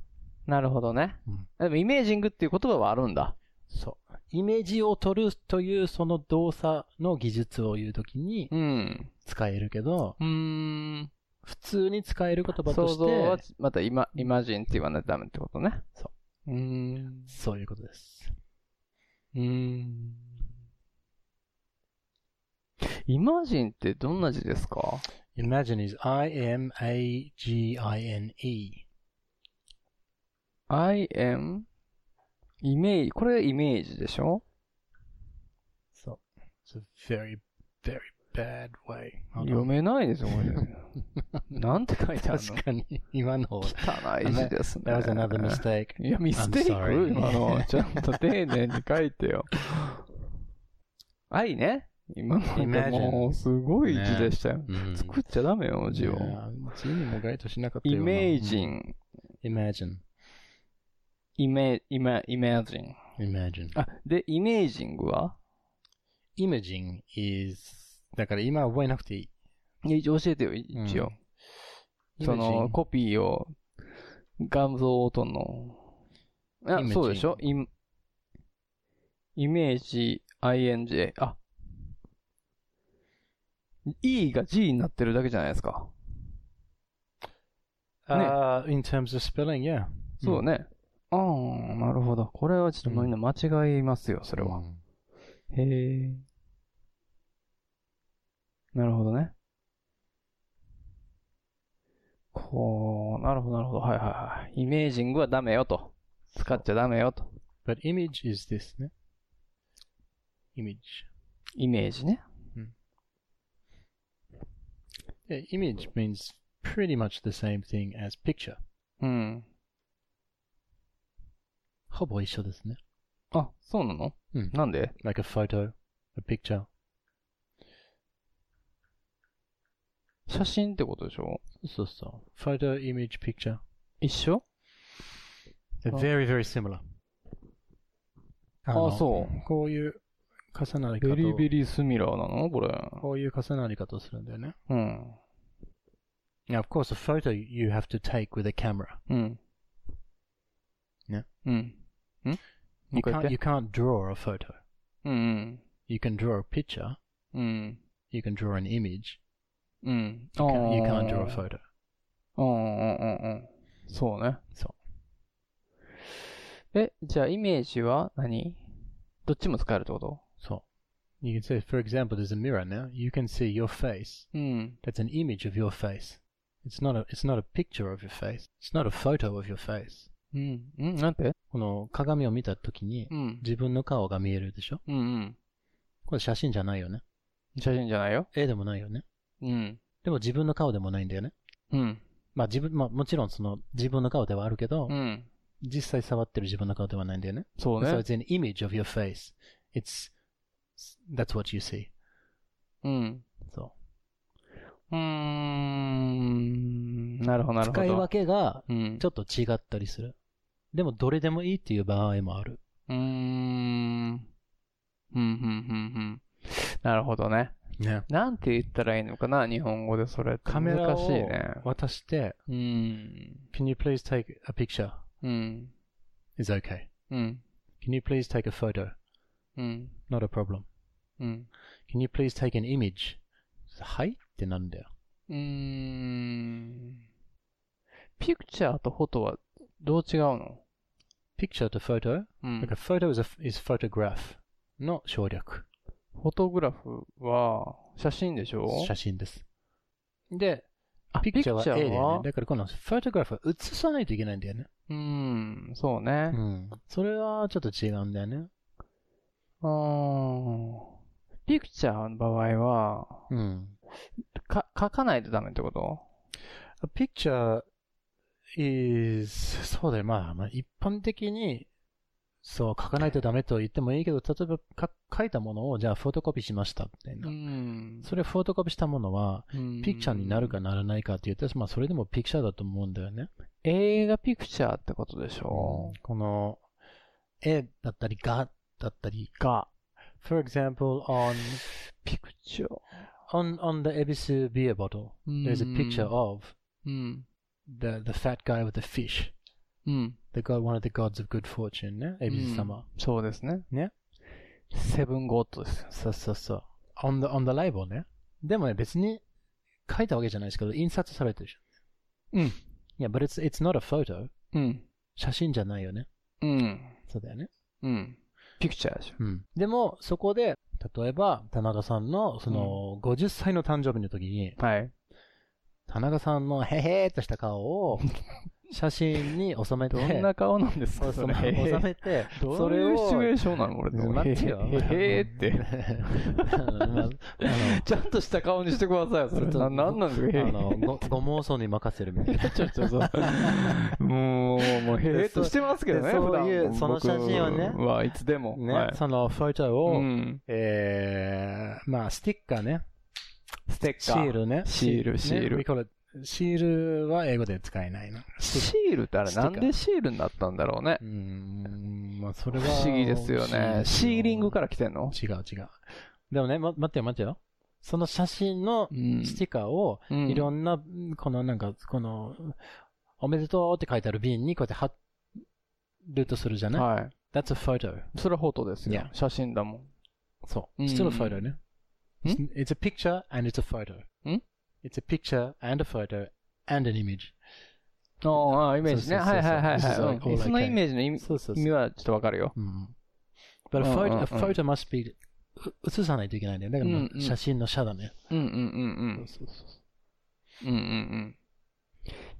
H: なるほどね、
G: うん
H: でもイメージングっていう言葉はあるんだ。
G: そう。イメージを取るというその動作の技術を言うときに
H: うん。
G: 使えるけど、
H: うーん。
G: 普通に使える言葉と
H: 想像は
G: して、
H: またイマイマジンって言わないとダメってことね。そう。うーん。
G: そういうことです。
H: うーん。イマジンってどんな字ですか
G: imagine is I-M-A-G-I-N-E.
H: ?I am イメージ、これイメージでしょ
G: そう。It's a very, very bad way.
H: 読めないですよ、こ れ。なんて書いてある
G: 確かに、今の方。
H: の汚い字ですね。
G: That was another mistake.
H: いや、ミステイ
G: sorry.
H: ク今の。ちゃんと丁寧に書いてよ。愛ね。今のなんかもう、すごい字でしたよ。
G: うん
H: 作っちゃダメよ、字を。
G: いやー字にも該当しなかった
H: イ
G: ような
H: メージ。ン。
G: imagine,
H: イメ、イメ、イメージン。
G: imagine.
H: あ、で、イメージングは
G: imaging is だから今は覚えなくていい。
H: いや教えてよ、一応。その、コピーを、画像との、あ
G: イメー、ジ
H: そうでしょインイメージ、ing, あ、e が g になってるだけじゃないですか。
G: あー Uh, in terms of spelling, yeah. Hmm.
H: そうね。ああ、なるほど。これはちょっとみんな間違いますよ、そ
G: そ
H: れは。へえ。なるほどね。こう、なるほど、なるほど。はいはいはい。イメージングはダメよと。使っちゃダメよと。
G: But image is this ね。image.
H: イメージね。
G: Yeah, image means pretty much the same thing as picture.
H: うん。
G: ほぼ一緒ですね。
H: あ、そうなの
G: うん
H: なんで
G: Like a photo, a picture.
H: 写真ってことでしょ
G: そうそう。photo, image, picture. Oh.
H: 一緒
G: They're
H: あ
G: very, very similar.。
H: あ、そう
G: Ah, こういう重なり
H: う。ベ
G: 方を。
H: リーベリースミラーなのこれ。
G: こういう重なり方をするんだよね。
H: うん。
G: Now, of course, a photo you have to take with a camera.
H: うん。
G: ね。
H: うん。ん
G: You
H: もう一回言って
G: can't, you can't draw a photo.
H: うん。
G: You can draw a picture.
H: うん。
G: You can draw an image.
H: うん。
G: You can't, you can't draw
H: あー
G: a photo.
H: うんうんうんうん。そうね。。
G: そう
H: え、じゃあイメージは何どっちも使えるってこと
G: そう。You can say, for example, there's a mirror now. You can see your face.
H: うん。
G: That's an image of your face. It's not a, it's not a picture of your face. It's not a photo of your face.
H: うん。うんなんて
G: この鏡を見たときに
H: う、ん。
G: 自分の顔が見えるでしょ
H: うんうん。
G: これ写真じゃないよね。
H: 写真じゃないよ。
G: 絵でもないよね。
H: うん。
G: でも自分の顔でもないんだよね。
H: うん。
G: まあ自分、まあもちろんその自分の顔ではあるけど、
H: うん。
G: 実際触ってる自分の顔ではないんだよね。
H: そう
G: So
H: ね。
G: it's an image of your face. It's, that's what you see.
H: うん。
G: そ
H: ー
G: う
H: ん。なるほど、な
G: う。
H: るほど。
G: 使い分けが
H: うん。
G: ちょっと違ったりする。でも、どれでもいいっていう場合もある。
H: うーん。うん、うん、うん、うん。なるほどね。
G: ね。
H: なんて言ったらいいのかな、日本語でそれって。
G: カメラ
H: 難しい
G: を
H: ね。
G: 渡して、
H: うん。
G: Can you please take a picture?
H: うん。
G: It's okay.
H: うん。
G: Can you please take a photo?
H: うん。
G: Not a problem.
H: うん。
G: Can you please take an image? はいってなんだよ。
H: うーん。ピクチャーとフォトはどう違うの
G: Picture to photo?
H: う
G: Like
H: ん
G: a。photo is, a, is photograph の省略。
H: フォトグラフは写真でしょ
G: 写真です。で、
H: あ
G: ピクチャーは A だ
H: ピクチャーは
G: よね。だからこのフォトグラフは写さないといけないんだよね。
H: うーん、そうね。
G: ん。それはちょっと違うんだよね。
H: うーん。ピクチャーの場合は、
G: うん。
H: か、書かないとダメってこと
G: A picture is, そうだよ。まあ、まあ、一般的に、そう、書かないとダメと言ってもいいけど、例えばか書いたものを、じゃあフォトコピーしました、みたいな。
H: ん
G: それフォトコピーしたものは、ピクチャーになるかならないかって言ったら、まあ、それでもピクチャーだと思うんだよね。
H: 映画ピクチャーってことでしょ
G: この、絵だったり、が、だったり、
H: が、
G: For example, on,
H: ピクチャー。
G: on, on the Ebisu beer bottle, there's a picture of
H: うん。
G: the, the fat guy with the fish,
H: うん。
G: the god, one of the gods of good fortune ね、エビス様。
H: そうですね。
G: ね。
H: セブンゴッドですよ。
G: そうそうそう。on the, on the label ね。でもね、別に書いたわけじゃないですけど、印刷されてるじゃん。
H: うん。
G: いや、but it's, it's not a photo.
H: うん。
G: 写真じゃないよね。
H: うん。
G: そうだよね。
H: うん。ピクチャーでしょ。
G: うん。でも、そこで、例えば、田中さんの、その、50歳の誕生日の時に、
H: はい。
G: 田中さんのへへーっとした 顔を、写真に収めて、
H: どんな顔なんです
G: そ
H: か
G: う
H: そ
G: そ
H: れ。
G: の
H: へ
G: 収
H: へ
G: めて、
H: ど
G: そうれ
H: いうシチュエ
G: を
H: ー、ションなの俺の。
G: 待ってよ
H: へへへへーって。 ちゃんとした顔にしてくださいよ、それ。な、なんなんですか、へ
G: あ
H: ー
G: の、ご、ご妄想に任せるみたいな。
H: ちょ、ちょ、そう。もう、もう、へえっとしてますけどね、
G: でそう
H: 普段
G: いうその
H: 僕
G: 写真をね
H: はいつでも。は
G: ね、
H: い
G: そのフォトを、
H: うん。
G: えー、まあ、スティッカーね。
H: ステッ
G: シ
H: カー。
G: ールね。
H: シール、シー
G: ね
H: ル
G: we。call it- シールは英語で使えないの。
H: シールってあれ、なんでシールになったんだろうね
G: う。ーん、まあ、そ
H: 不
G: れは。。
H: 思議ですよね。シーリングからら来てんの
G: 違う違う。でもね、ま、待ってよ待ってよ。その写真の
H: うん
G: スティッカーを、
H: うん
G: いろんな、このなんか、この、おめでとうって書いてある瓶にこうやって貼るとするじゃない、
H: は
G: ?That's a photo.
H: い。それはフォトです
G: い
H: よ
G: や。
H: 写真だもん。
G: そう。
H: うん
G: Still a photo ね。
H: ん
G: It's a picture and it's a photo.
H: ん
G: It's a picture and a photo and an image.
H: ああ、イメージね。
G: そ
H: は
G: うそう
H: い
G: そう
H: はいはい
G: そう
H: は
G: こう
H: い。そのイメージの意味
G: そうそう
H: 意
G: そう
H: 味。はちょっとわかるよ。
G: うん。But
H: うん
G: a
H: うん
G: photo,
H: うん
G: a photo must be う写さないといけないんだよ。だからまあ
H: うんうん
G: 写真の写だね。
H: うんうんうん
G: そうそうそ
H: うん。うんうんうん。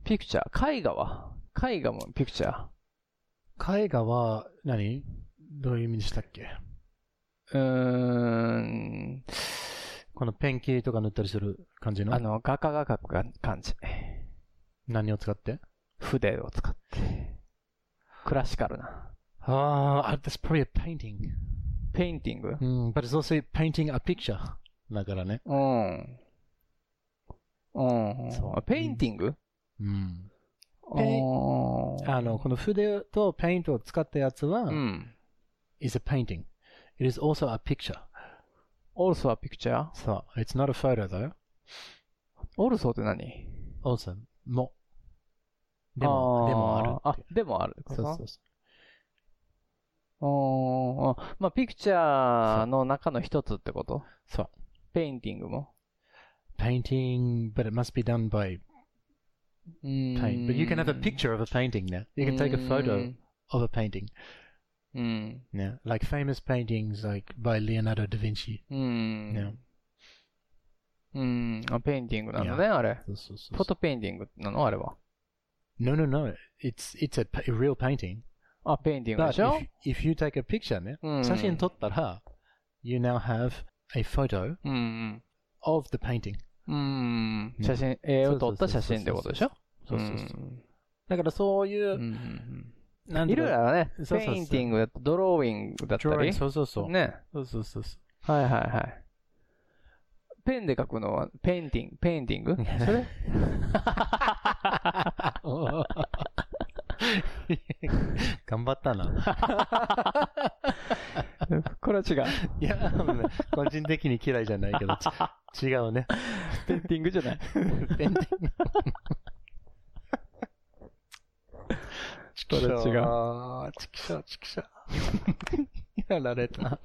H: ピクチャー。絵画は絵画もピクチャー。
G: う絵画は何、どういう意味でしたっけ
H: うーん。
G: このペンキとか塗ったりする感じの
H: あの、画家が描くが感じ。
G: 何を使って
H: 筆を使って。クラシカルな。
G: ああ、that's probably a painting.
H: ペインティング
G: うん、but it's also painting a picture. だからね。
H: うん。うん。
G: そう
H: あペインティング
G: うん。
H: あー
G: あの、この筆とペイントを使ったやつは、
H: うん。
G: is a painting. It is also a picture.
H: also a picture?
G: そう。It's not a photo though.
H: also って何
G: Also, も。でも、でもあるっていう。
H: あ、でもある。
G: そうそうそう。
H: おーまあ、ピクチャーの中の一つってこと
G: そう。
H: ペインティングも。
G: Painting, but it must be done by
H: うん
G: paint. But you can have a picture of a painting there. You can take a
H: Mm.
G: photo of a painting.
H: うん。
G: Yeah. Like famous paintings like by Leonardo da Vinci.
H: うん。
G: ね
H: うん。あ、ペインティングなのね、あれ。
G: そうそうそ
H: フォトペインティングなのあれは。
G: No, no, no. It's, it's a, pa- a real painting.
H: あ、ペインティングで
G: But
H: しょ
G: if, if you take a picture ね、
H: うん
G: 写真撮ったら、you now have a photo
H: うん。
G: of the painting.
H: うん。
G: ね
H: 写真、絵を撮った写真ってことでしょ
G: そうそうそう
H: うん
G: だからそういうう、
H: ん。
G: なん
H: いろいろあるね。
G: そうそう
H: ペ
G: そう
H: インティングだったドローイングだったり。
G: そうそうそう。
H: ね。
G: そうそうそうそ
H: はいはいはい。ペンで書くのは、ペインティング、ペインティング
G: う。それ 頑張ったな。
H: これは違う。
G: いや、あのね個人的に嫌いじゃないけど、 ち違うね。
H: ペインティングじゃない。
G: ペンディング。チキショー。チキショー、チキショ ー。やられた。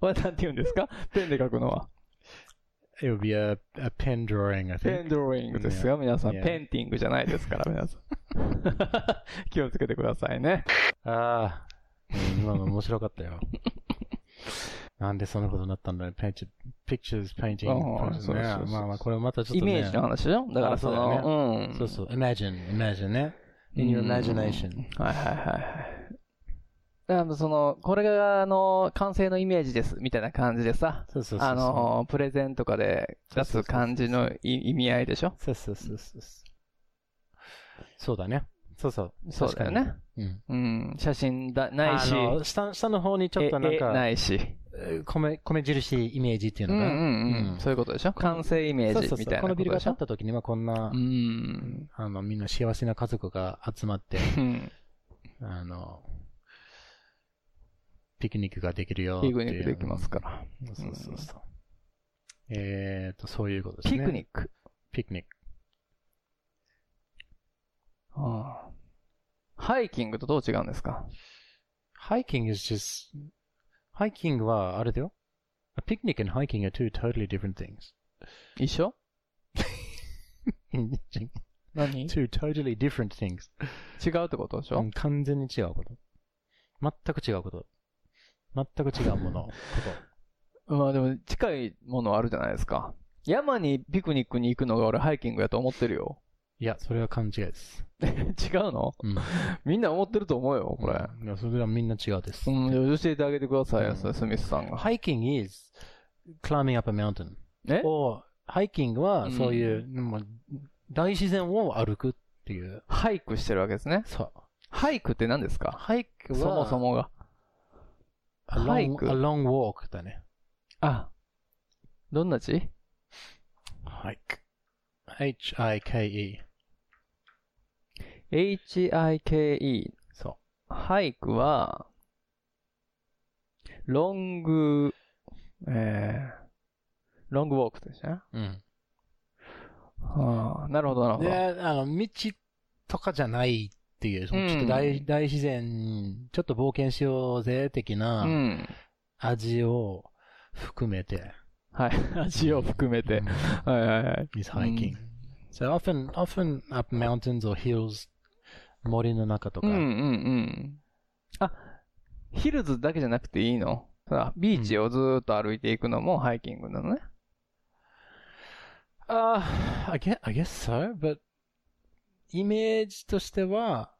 H: これなんて言うんですかペンで書くのは。
G: It would be a, a pen drawing, I
H: ペン
G: think.
H: ドローイングですが、皆さん、
G: Yeah.
H: ペインティングじゃないですから、皆さん。気をつけてくださいね。
G: ああ。今の面白かったよ。 なんでそんなことになったんだろう。ペンチ、pictures, painting,
H: ああそう
G: poses
H: そうそう
G: ね。まあまあ、これまたちょっ
H: イ
G: とね。
H: メージの話でしょだからそ
G: あそうだ
H: の、うん。
G: そうそう。imagine, imagine ね。in your
H: うん
G: imagination.
H: はいはいはいはい。だからその、これが、あの、完成のイメージです、みたいな感じでさ、
G: そうそうそうそう。
H: あの、プレゼンとかで出す感じのい意味合いでしょ
G: そうそうそうそう。そうだね。そうそう。
H: そうだよね。
G: うん。
H: うん、写真だないし、
G: あの下、下の方にちょっとなん
H: え絵
G: か、
H: ないし、
G: えー米、米印イメージってい
H: う
G: う
H: ん
G: の
H: う
G: が、
H: んうん、そういうことでしょ完成イメ
G: そう
H: ー
G: そう
H: ジ
G: そ
H: みた
G: う
H: いな
G: こ
H: こ
G: の
H: と
G: ビルが
H: でし
G: 建
H: ょ
G: った時にはこんな、
H: うん。
G: あの、みんな幸せな家族が集まって、
H: うん。
G: あの、ピクニックができるよってい
H: ピ
G: う。
H: クニックできますから。
G: そうそうそう。えーと、そういうことですね。
H: ピクニック。
G: ピクニック。
H: ああハイキングとどう違うんですか
G: ハイキング is just, ハイキングはあれだよ。ピクニック and hiking are two totally different things.
H: 一緒何違う
G: two totally different things.
H: ってことでしょ、
G: うん完全に違うこと。全く違うこと。全く違うもの。こと。
H: まあでも近いものはあるじゃないですか。山にピクニックに行くのが俺ハイキングやと思ってるよ。
G: いや、それは勘違いです。
H: 違うの
G: うん。
H: みんな思ってると思うよ、これ。
G: いや、それはみんな違うです。
H: うん、教えてあげてくださいよ、
G: うん
H: それスミスさんが。
G: hiking is climbing up a mountain.
H: え
G: を、ハイキングは
H: うん
G: そういう、もう大自然を歩くっていう。
H: ハイクしてるわけですね。
G: そう。
H: ハイクって何ですか
G: ハイク
H: そ
G: は、
H: もそもが。
G: a long,
H: ハイク
G: a long walk だね。
H: あ、どんな字
G: ハイク。h-i-k-e。
H: ?H-I-K-E。
G: そ
H: ハイクは、ロング、えー、ロングウォークですね。
G: う。うん。
H: はあ、なるほど、なるほど。
G: で、あの、道とかじゃないっていう、そのちょっと大大自然、ちょっと冒険しようぜ、的
H: う。
G: なん味を含めて、
H: はい。味を含めて。はいはいはい。
G: is hiking. So often, often up mountains or hills, 森の中とか
H: うんう、んうん。あ、ヒルズだけじゃなくていいのさあ、ビーチをずーっと歩いていくのもハイキングなのね。
G: ああ、I guess, I guess so, but イメージとしては、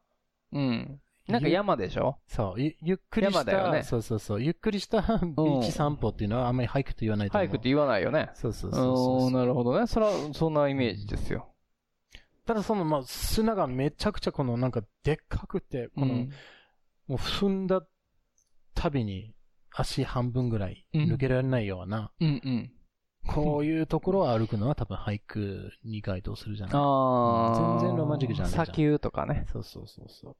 H: うん。なんか山でしょ
G: そう、ゆゆっくりし
H: 山だよ
G: た、
H: ね
G: そうそうそう、ゆっくりしたビーチ散歩っていうのはあんまりハイクと言わないと
H: ハ
G: 思う。
H: イクって言わないよね。
G: そうそううそうそう
H: ーん、なるほどね。そら、そんなイメージですよ。
G: ただその、まあ、砂がめちゃくちゃこのなんかでっかくて、この、
H: うん
G: もう踏んだたびに足半分ぐらい抜けられないような、
H: うんうん。
G: こういうところを歩くのは多分俳句に該当するじゃない
H: ああ。
G: 全然ロマンチックじゃないじゃん
H: 砂丘とかね。
G: そうそうそうそう。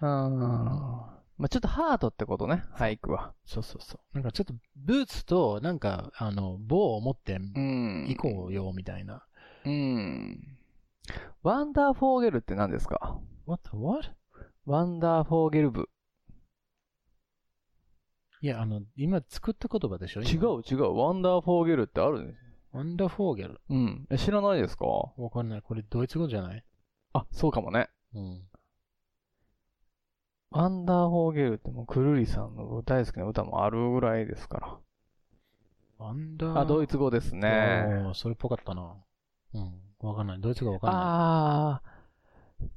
H: うん。まあちょっとハートってことね、ハイクは。
G: そうそうそう。なんかちょっとブーツとなんか、あの、棒を持って
H: うん
G: 行こうよみたいな。
H: うん。ワンダーフォーゲルって何ですか
G: What the what?
H: ワンダーフォーゲル部。
G: いや、あの、今作った言葉でしょ
H: 違。う違う、ワンダーフォーゲルってあるね。
G: ワンダフォーゲル。
H: うん。え知らないですか
G: わかんない。これドイツ語じゃない
H: あ、そうかもね。
G: うん。
H: ワンダーフォーゲルってもうくるりさんの大好きな歌もあるぐらいですか
G: ワンダ
H: ら。あ、ドイツ語ですね。
G: おーそれっぽかったな。うん。わかんない。ドイツがわかんない。
H: あ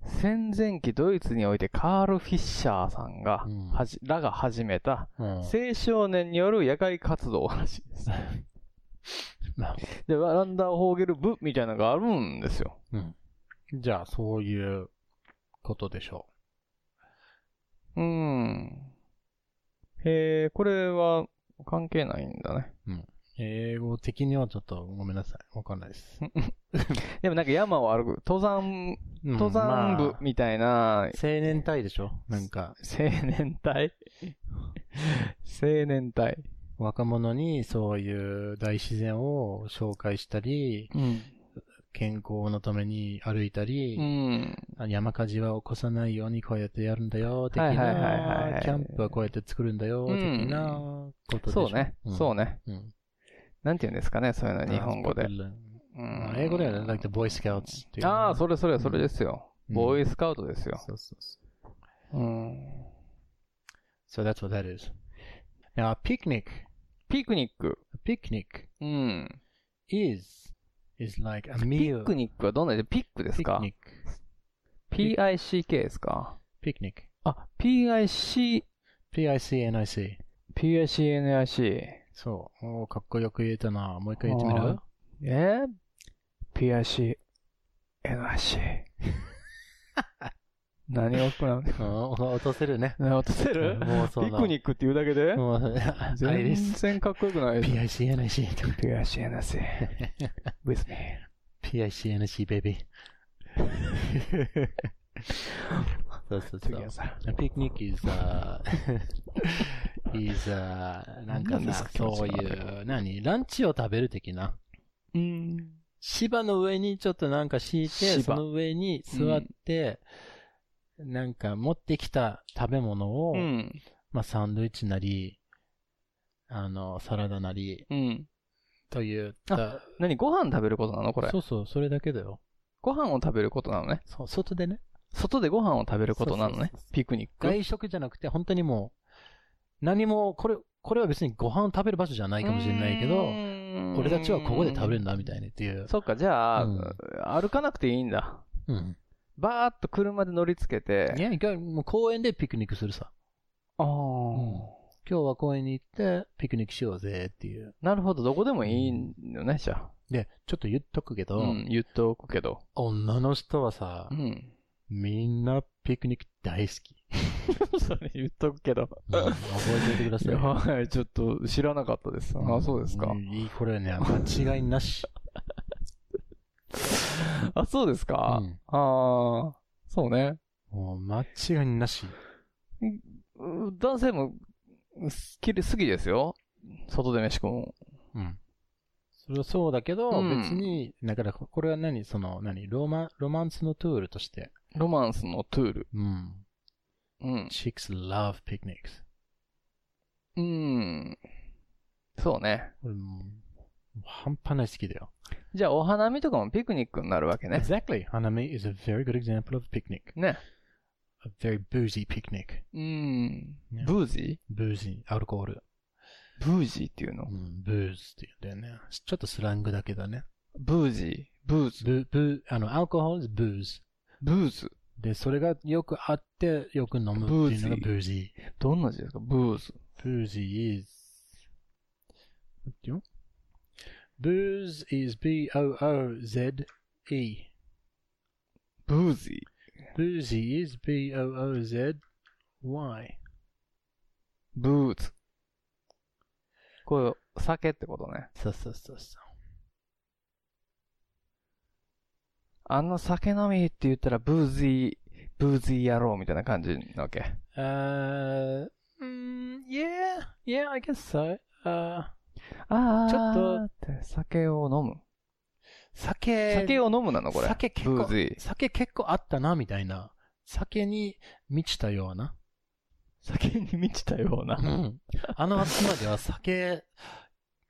H: あ、戦前期ドイツにおいてカール・フィッシャーさんが、
G: うん
H: はじ、らが始めた、
G: うん
H: 青少年による野外活動らしいです。で、ワンダーフォーゲル部みたいなのがあるんですよ。
G: じゃあ、そういうことでしょ
H: うん。へえ、これは関係ないんだね。
G: う。英語的にはちょっとごめんなさい。わかんないです。
H: でもなんか山を歩く、登山、
G: うん
H: 登山部
G: まあ
H: みたいな、
G: 青年隊でしょなんか、
H: 青年隊 青年隊。
G: 若者にそういう大自然を紹介したり、
H: うん。
G: 健康のために歩いたり、
H: うん。
G: あ山火事は起こさないようにこうやってやるんだよ、的
H: はいはいはいはいは。
G: ないキャンプはこうやって作るんだよ、
H: う
G: 的
H: ん
G: なことでしょ。
H: そうね、
G: ん
H: そうね。
G: うん。
H: なんて言うんですかね、そういうの日本語で。
G: ま
H: う
G: あ。
H: ん
G: 英語ではね、だってボーイスカウツっていうね。
H: ああ、それそれそれですよ。
G: うん
H: ボーイスカウトですよ。
G: そうそうそう。
H: うん。
G: So that's what that is. Now, a picnic,
H: ピクニック。
G: a picnic
H: うん。
G: is, is like a
H: ピ
G: meal.
H: クニックはどんなでピックですか
G: Picnic.
H: ?PICK ですか
G: Picnic.
H: あ、PIC、
G: P-I-C-N-I-C.
H: PICNIC。
G: そう。おーかっこよく言えたな。もう一回言ってみる
H: はえ ?PIC、NIC。何が行う
G: うん落とせるね。
H: ね落とせる
G: うんもうそん
H: ピ
G: な
H: クニックって言うだけで
G: もう、アイ
H: 全
G: リス。
H: 然かっこよくないです。
G: P-I-C-N-I-C とか。
H: PICNIC。With me.
G: PICNC, baby. そうそうそう。
H: Together.
G: ピクニック is, uh, is, uh, なんか
H: 何で
G: さ
H: すか、気持ち
G: そう
H: 悪い
G: いう、何ランチを食べる的な。
H: うん。
G: 芝の上にちょっとなんか敷いて、
H: 芝
G: その上に座って、なんか持ってきた食べ物を、
H: うん。
G: まあサンドイッチなり、あの、サラダなり、
H: うん。
G: といった。
H: 何ご飯食べることなのこれ
G: そ。うそう、それだけだよ。
H: ご飯を食べることなのね。
G: そう、外でね。
H: 外でご飯を食べることなの
G: そう
H: ね
G: そうそうそう。
H: ピクニック。
G: 外食じゃなくて、本当にもう、何も、これ、これは別にご飯を食べる場所じゃないかもしれないけど、
H: ど
G: 俺たちはここで食べるん
H: だ。
G: だ、みたいなっていう。
H: そっか、じゃあ、
G: うん
H: 歩かなくていいんだ。
G: うん。
H: バーっと車で乗りつけ
G: い
H: て。
G: や、一回もう公園でピクニックするさ。
H: ああ、
G: 今日は公園に行って、ピクニックしようぜ、っていう。
H: なるほど、どこでもいいのね、じゃあ。
G: で、ちょっと言っとくけど、
H: うん、言っておくけど。
G: 女の人はさ、
H: ん。
G: みんなピクニック大好き。
H: それ言っとくけど。
G: うん覚えておいてください。
H: はい、 ちょっと知らなかったです。あ、そうですか
G: ん。いい、これはね、間違いなし。
H: あ、そうですか。
G: うん
H: ああ、そうね。
G: もう間違いなし。
H: う男性も、すきり好きですよ。外で飯食うの
G: うん。それはそうだけど、
H: うん
G: 別に、だから、ここれは何その、何ロマン、ロマンスのトゥールとして。
H: ロマンスのトゥール。
G: うん。
H: うん。
G: chicks love picnics.
H: うん。そうね。
G: これもう半端ない好きだよ。
H: じゃあ、お花見とかもピクニックになるわけね。
G: Exactly. 花見 is a very good example of picnic.
H: ね。
G: A very boozy picnic.
H: うん
G: ね。
H: ブージ
G: boozy, アルコール。
H: ーブージーっていうの
G: うん、ブーズって言うんだよね。ちょっとスラングだけどね。
H: ブージー。ブーズ。
G: ブ、ブ、あの、アルコール is booze.
H: ブーズ。
G: で、それがよくあって、よく飲むっていうのが boozy.
H: どんな字ですかブーズ。
G: Boozy is. 待ってよ Booze is B-O-O-Z-E.
H: ブーズィー。
G: Boozy is B-O-O-Z-Y.
H: ブーズ。これ、酒ってことね。
G: そうそうそうそ
H: あの酒飲みって言ったらブーズィー、ブーズィー野郎みたいな感じなわけ。
G: う。Uh, mm, yeah, yeah, I guess so. Uh,
H: ああ、
G: ちょっと
H: って酒を飲む。
G: 酒。
H: 酒を飲むなのこれ。
G: 酒結
H: ブー
G: 構
H: ズィー、。
G: 酒結構あったな、みたいな。酒に満ちたような。
H: 酒に満ちたような。
G: あの集まりは酒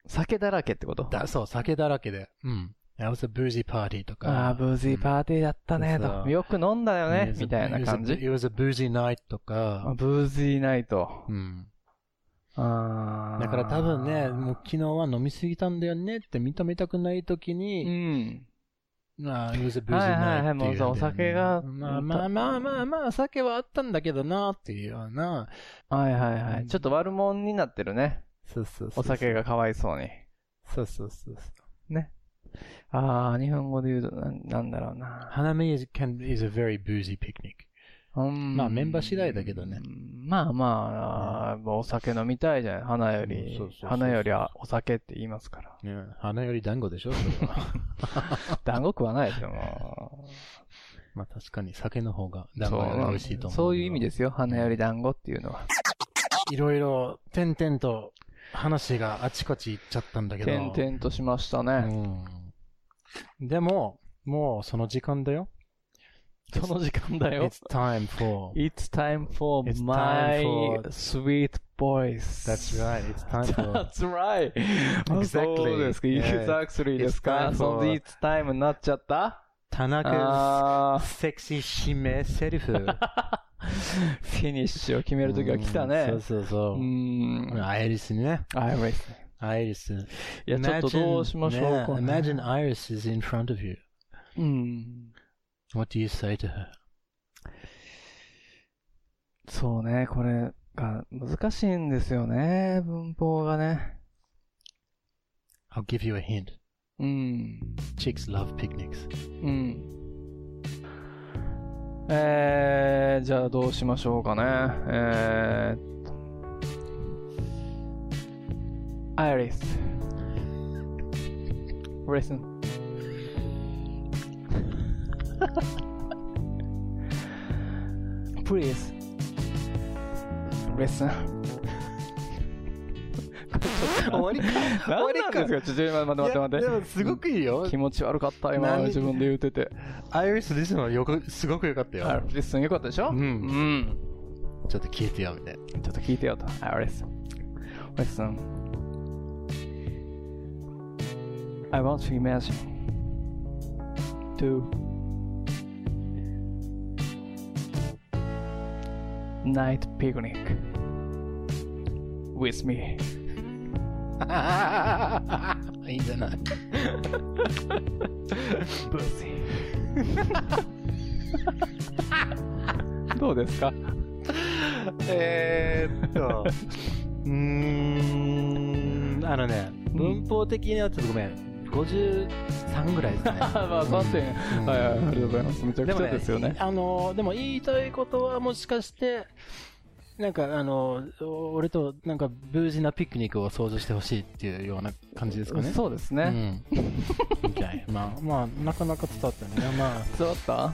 H: 酒だらけってこと
G: だ、そう、酒だらけで。うん。That was a boozy party とか。
H: ああ、ブーズィーパーティーだったね、
G: そうそ
H: と。
G: う
H: よく飲んだよね
G: It was、a-
H: みたいな感
G: It
H: じ。
G: was a it was a boozy night と
H: あ
G: か。
H: ブーズィーナイト。
G: うん。
H: ああ。
G: だから多分ね、もう昨日は飲みすぎたんだよねって認めたくないとき
H: う
G: に、
H: ん。
G: ああ、it was a boozy night っていうんだ
H: はい
G: よね。
H: はいはいもうさお酒が
G: まあまあまあまあまあ、酒はあったんだけどな、っていうような。
H: はいはいは
G: うん
H: い。ちょっと悪者になってるね。
G: そうそうそう。
H: お酒。がかわいそうに。
G: そうそうそうそう。
H: ああ、日本語で言うと、なんなんだろうな。
G: 花見 is, can, is a very boozy picnic.
H: うん
G: まあメンバー次第だけどね。
H: まあまあ、お酒飲みたいじゃない。花よ
G: うん
H: り
G: そうそうそう、そう
H: 花よりはお酒って言いますから。
G: ね花より団子でしょそれは
H: 団子食わないですよ、も
G: まあ確かに酒の方が
H: う。
G: 団子より美味しいと思う。。
H: そういう意味ですすよ、花より団子っていうのは。
G: いろいろ、点々と話があちこち行っちゃったんだけど。
H: 点々としましたね。
G: うん。でも、もうその時間だよ。
H: その時間だよ
G: It's。time for.
H: It's time for
G: It's time
H: my
G: for-
H: sweet voice.
G: That's right. It's time for.
H: That's right.
G: Exactly.
H: そうですか。
G: Yeah.
H: Exactly です
G: It's
H: か。
G: time
H: そ
G: for-
H: の It's time になっちゃった
G: 田 中
H: あ
G: セクシー指名セリフ。
H: ー フィニッシュを決める時が来た
G: う
H: ね
G: ん。そうそうそうう。
H: ん。
G: アイリスね。
H: Iris
G: アイリス。
H: いや、ちょっとどうしましょうか
G: Imagine,
H: ね。
G: ね Imagine Iris is in front of you.
H: うん。
G: What do you say to her?
H: そうね、これが難しいんですよね、文法がね。
G: I'll give you a hint.
H: うん。
G: Chicks love picnics.
H: うん。えー、じゃあどうしましょうかね。えー、アイリス。Listen. Please. Listen.
G: 終わりか。終わり
H: 何なんですかちょ、ちょ、今待って待って
G: で
H: 待っ
G: もすごくいいよ
H: て。気。持ち悪かった、今、
G: 何
H: 自分で言うてて。
G: アイリスリスンはよく、すごくよかった
H: ア
G: よ。
H: イリス、よかったでしょ
G: うん
H: うん。
G: ちょっと聞いてよ、みたい
H: ち
G: な。
H: ょっと聞いてよと。あ、listen. Listen. I want to imagine two night picnic with me.
G: いいんじゃない
H: Pussy. どうですか
G: えーっと、うーん、あのね、文法的にはちょっとごめん、53ぐらいですね。
H: まあ、3点。
G: うん
H: はいはい、ありがとうございます。めちゃくちゃですよね。
G: あの、でも言いたいことはもしかして、なんかあの、俺となんかブージなピクニックを想像してほしいっていうような感じですかね。
H: そうですね。
G: うん。みたい。まあ、まあ、なかなか伝わったね。ま
H: 伝わった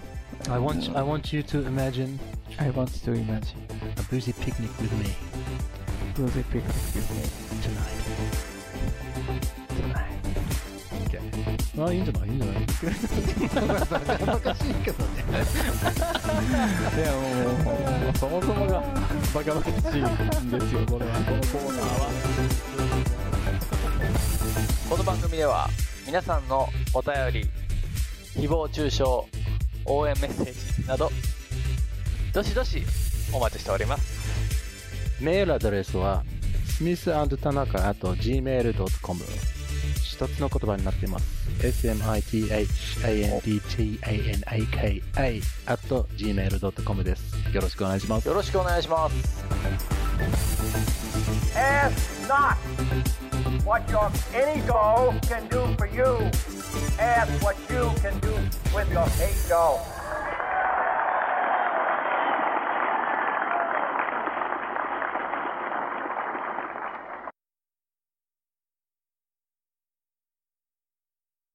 G: あ、I want, you- I want you to imagine
H: I want to imagine
G: a boozy picnic with me
H: pussy picnic with me.
G: tonight.
H: tonight.
G: ああ、いいんじゃないいいんじゃない恥ずかしいけどね。
H: いやもうもうそもそもがバカバカしいんですよこれはこのコーナーはこの番組では皆さんのお便り誹謗中傷応援メッセージなどどしどしお待ちしております
G: メールアドレスは、スミス田中あと gmail.com。一つの言葉になっています。smithandtanaka あと gmail.com です。よろしくお願いします。
H: よろしくお願いします
I: Ask not what your any doll can do for you. Ask what you can do with your hate doll.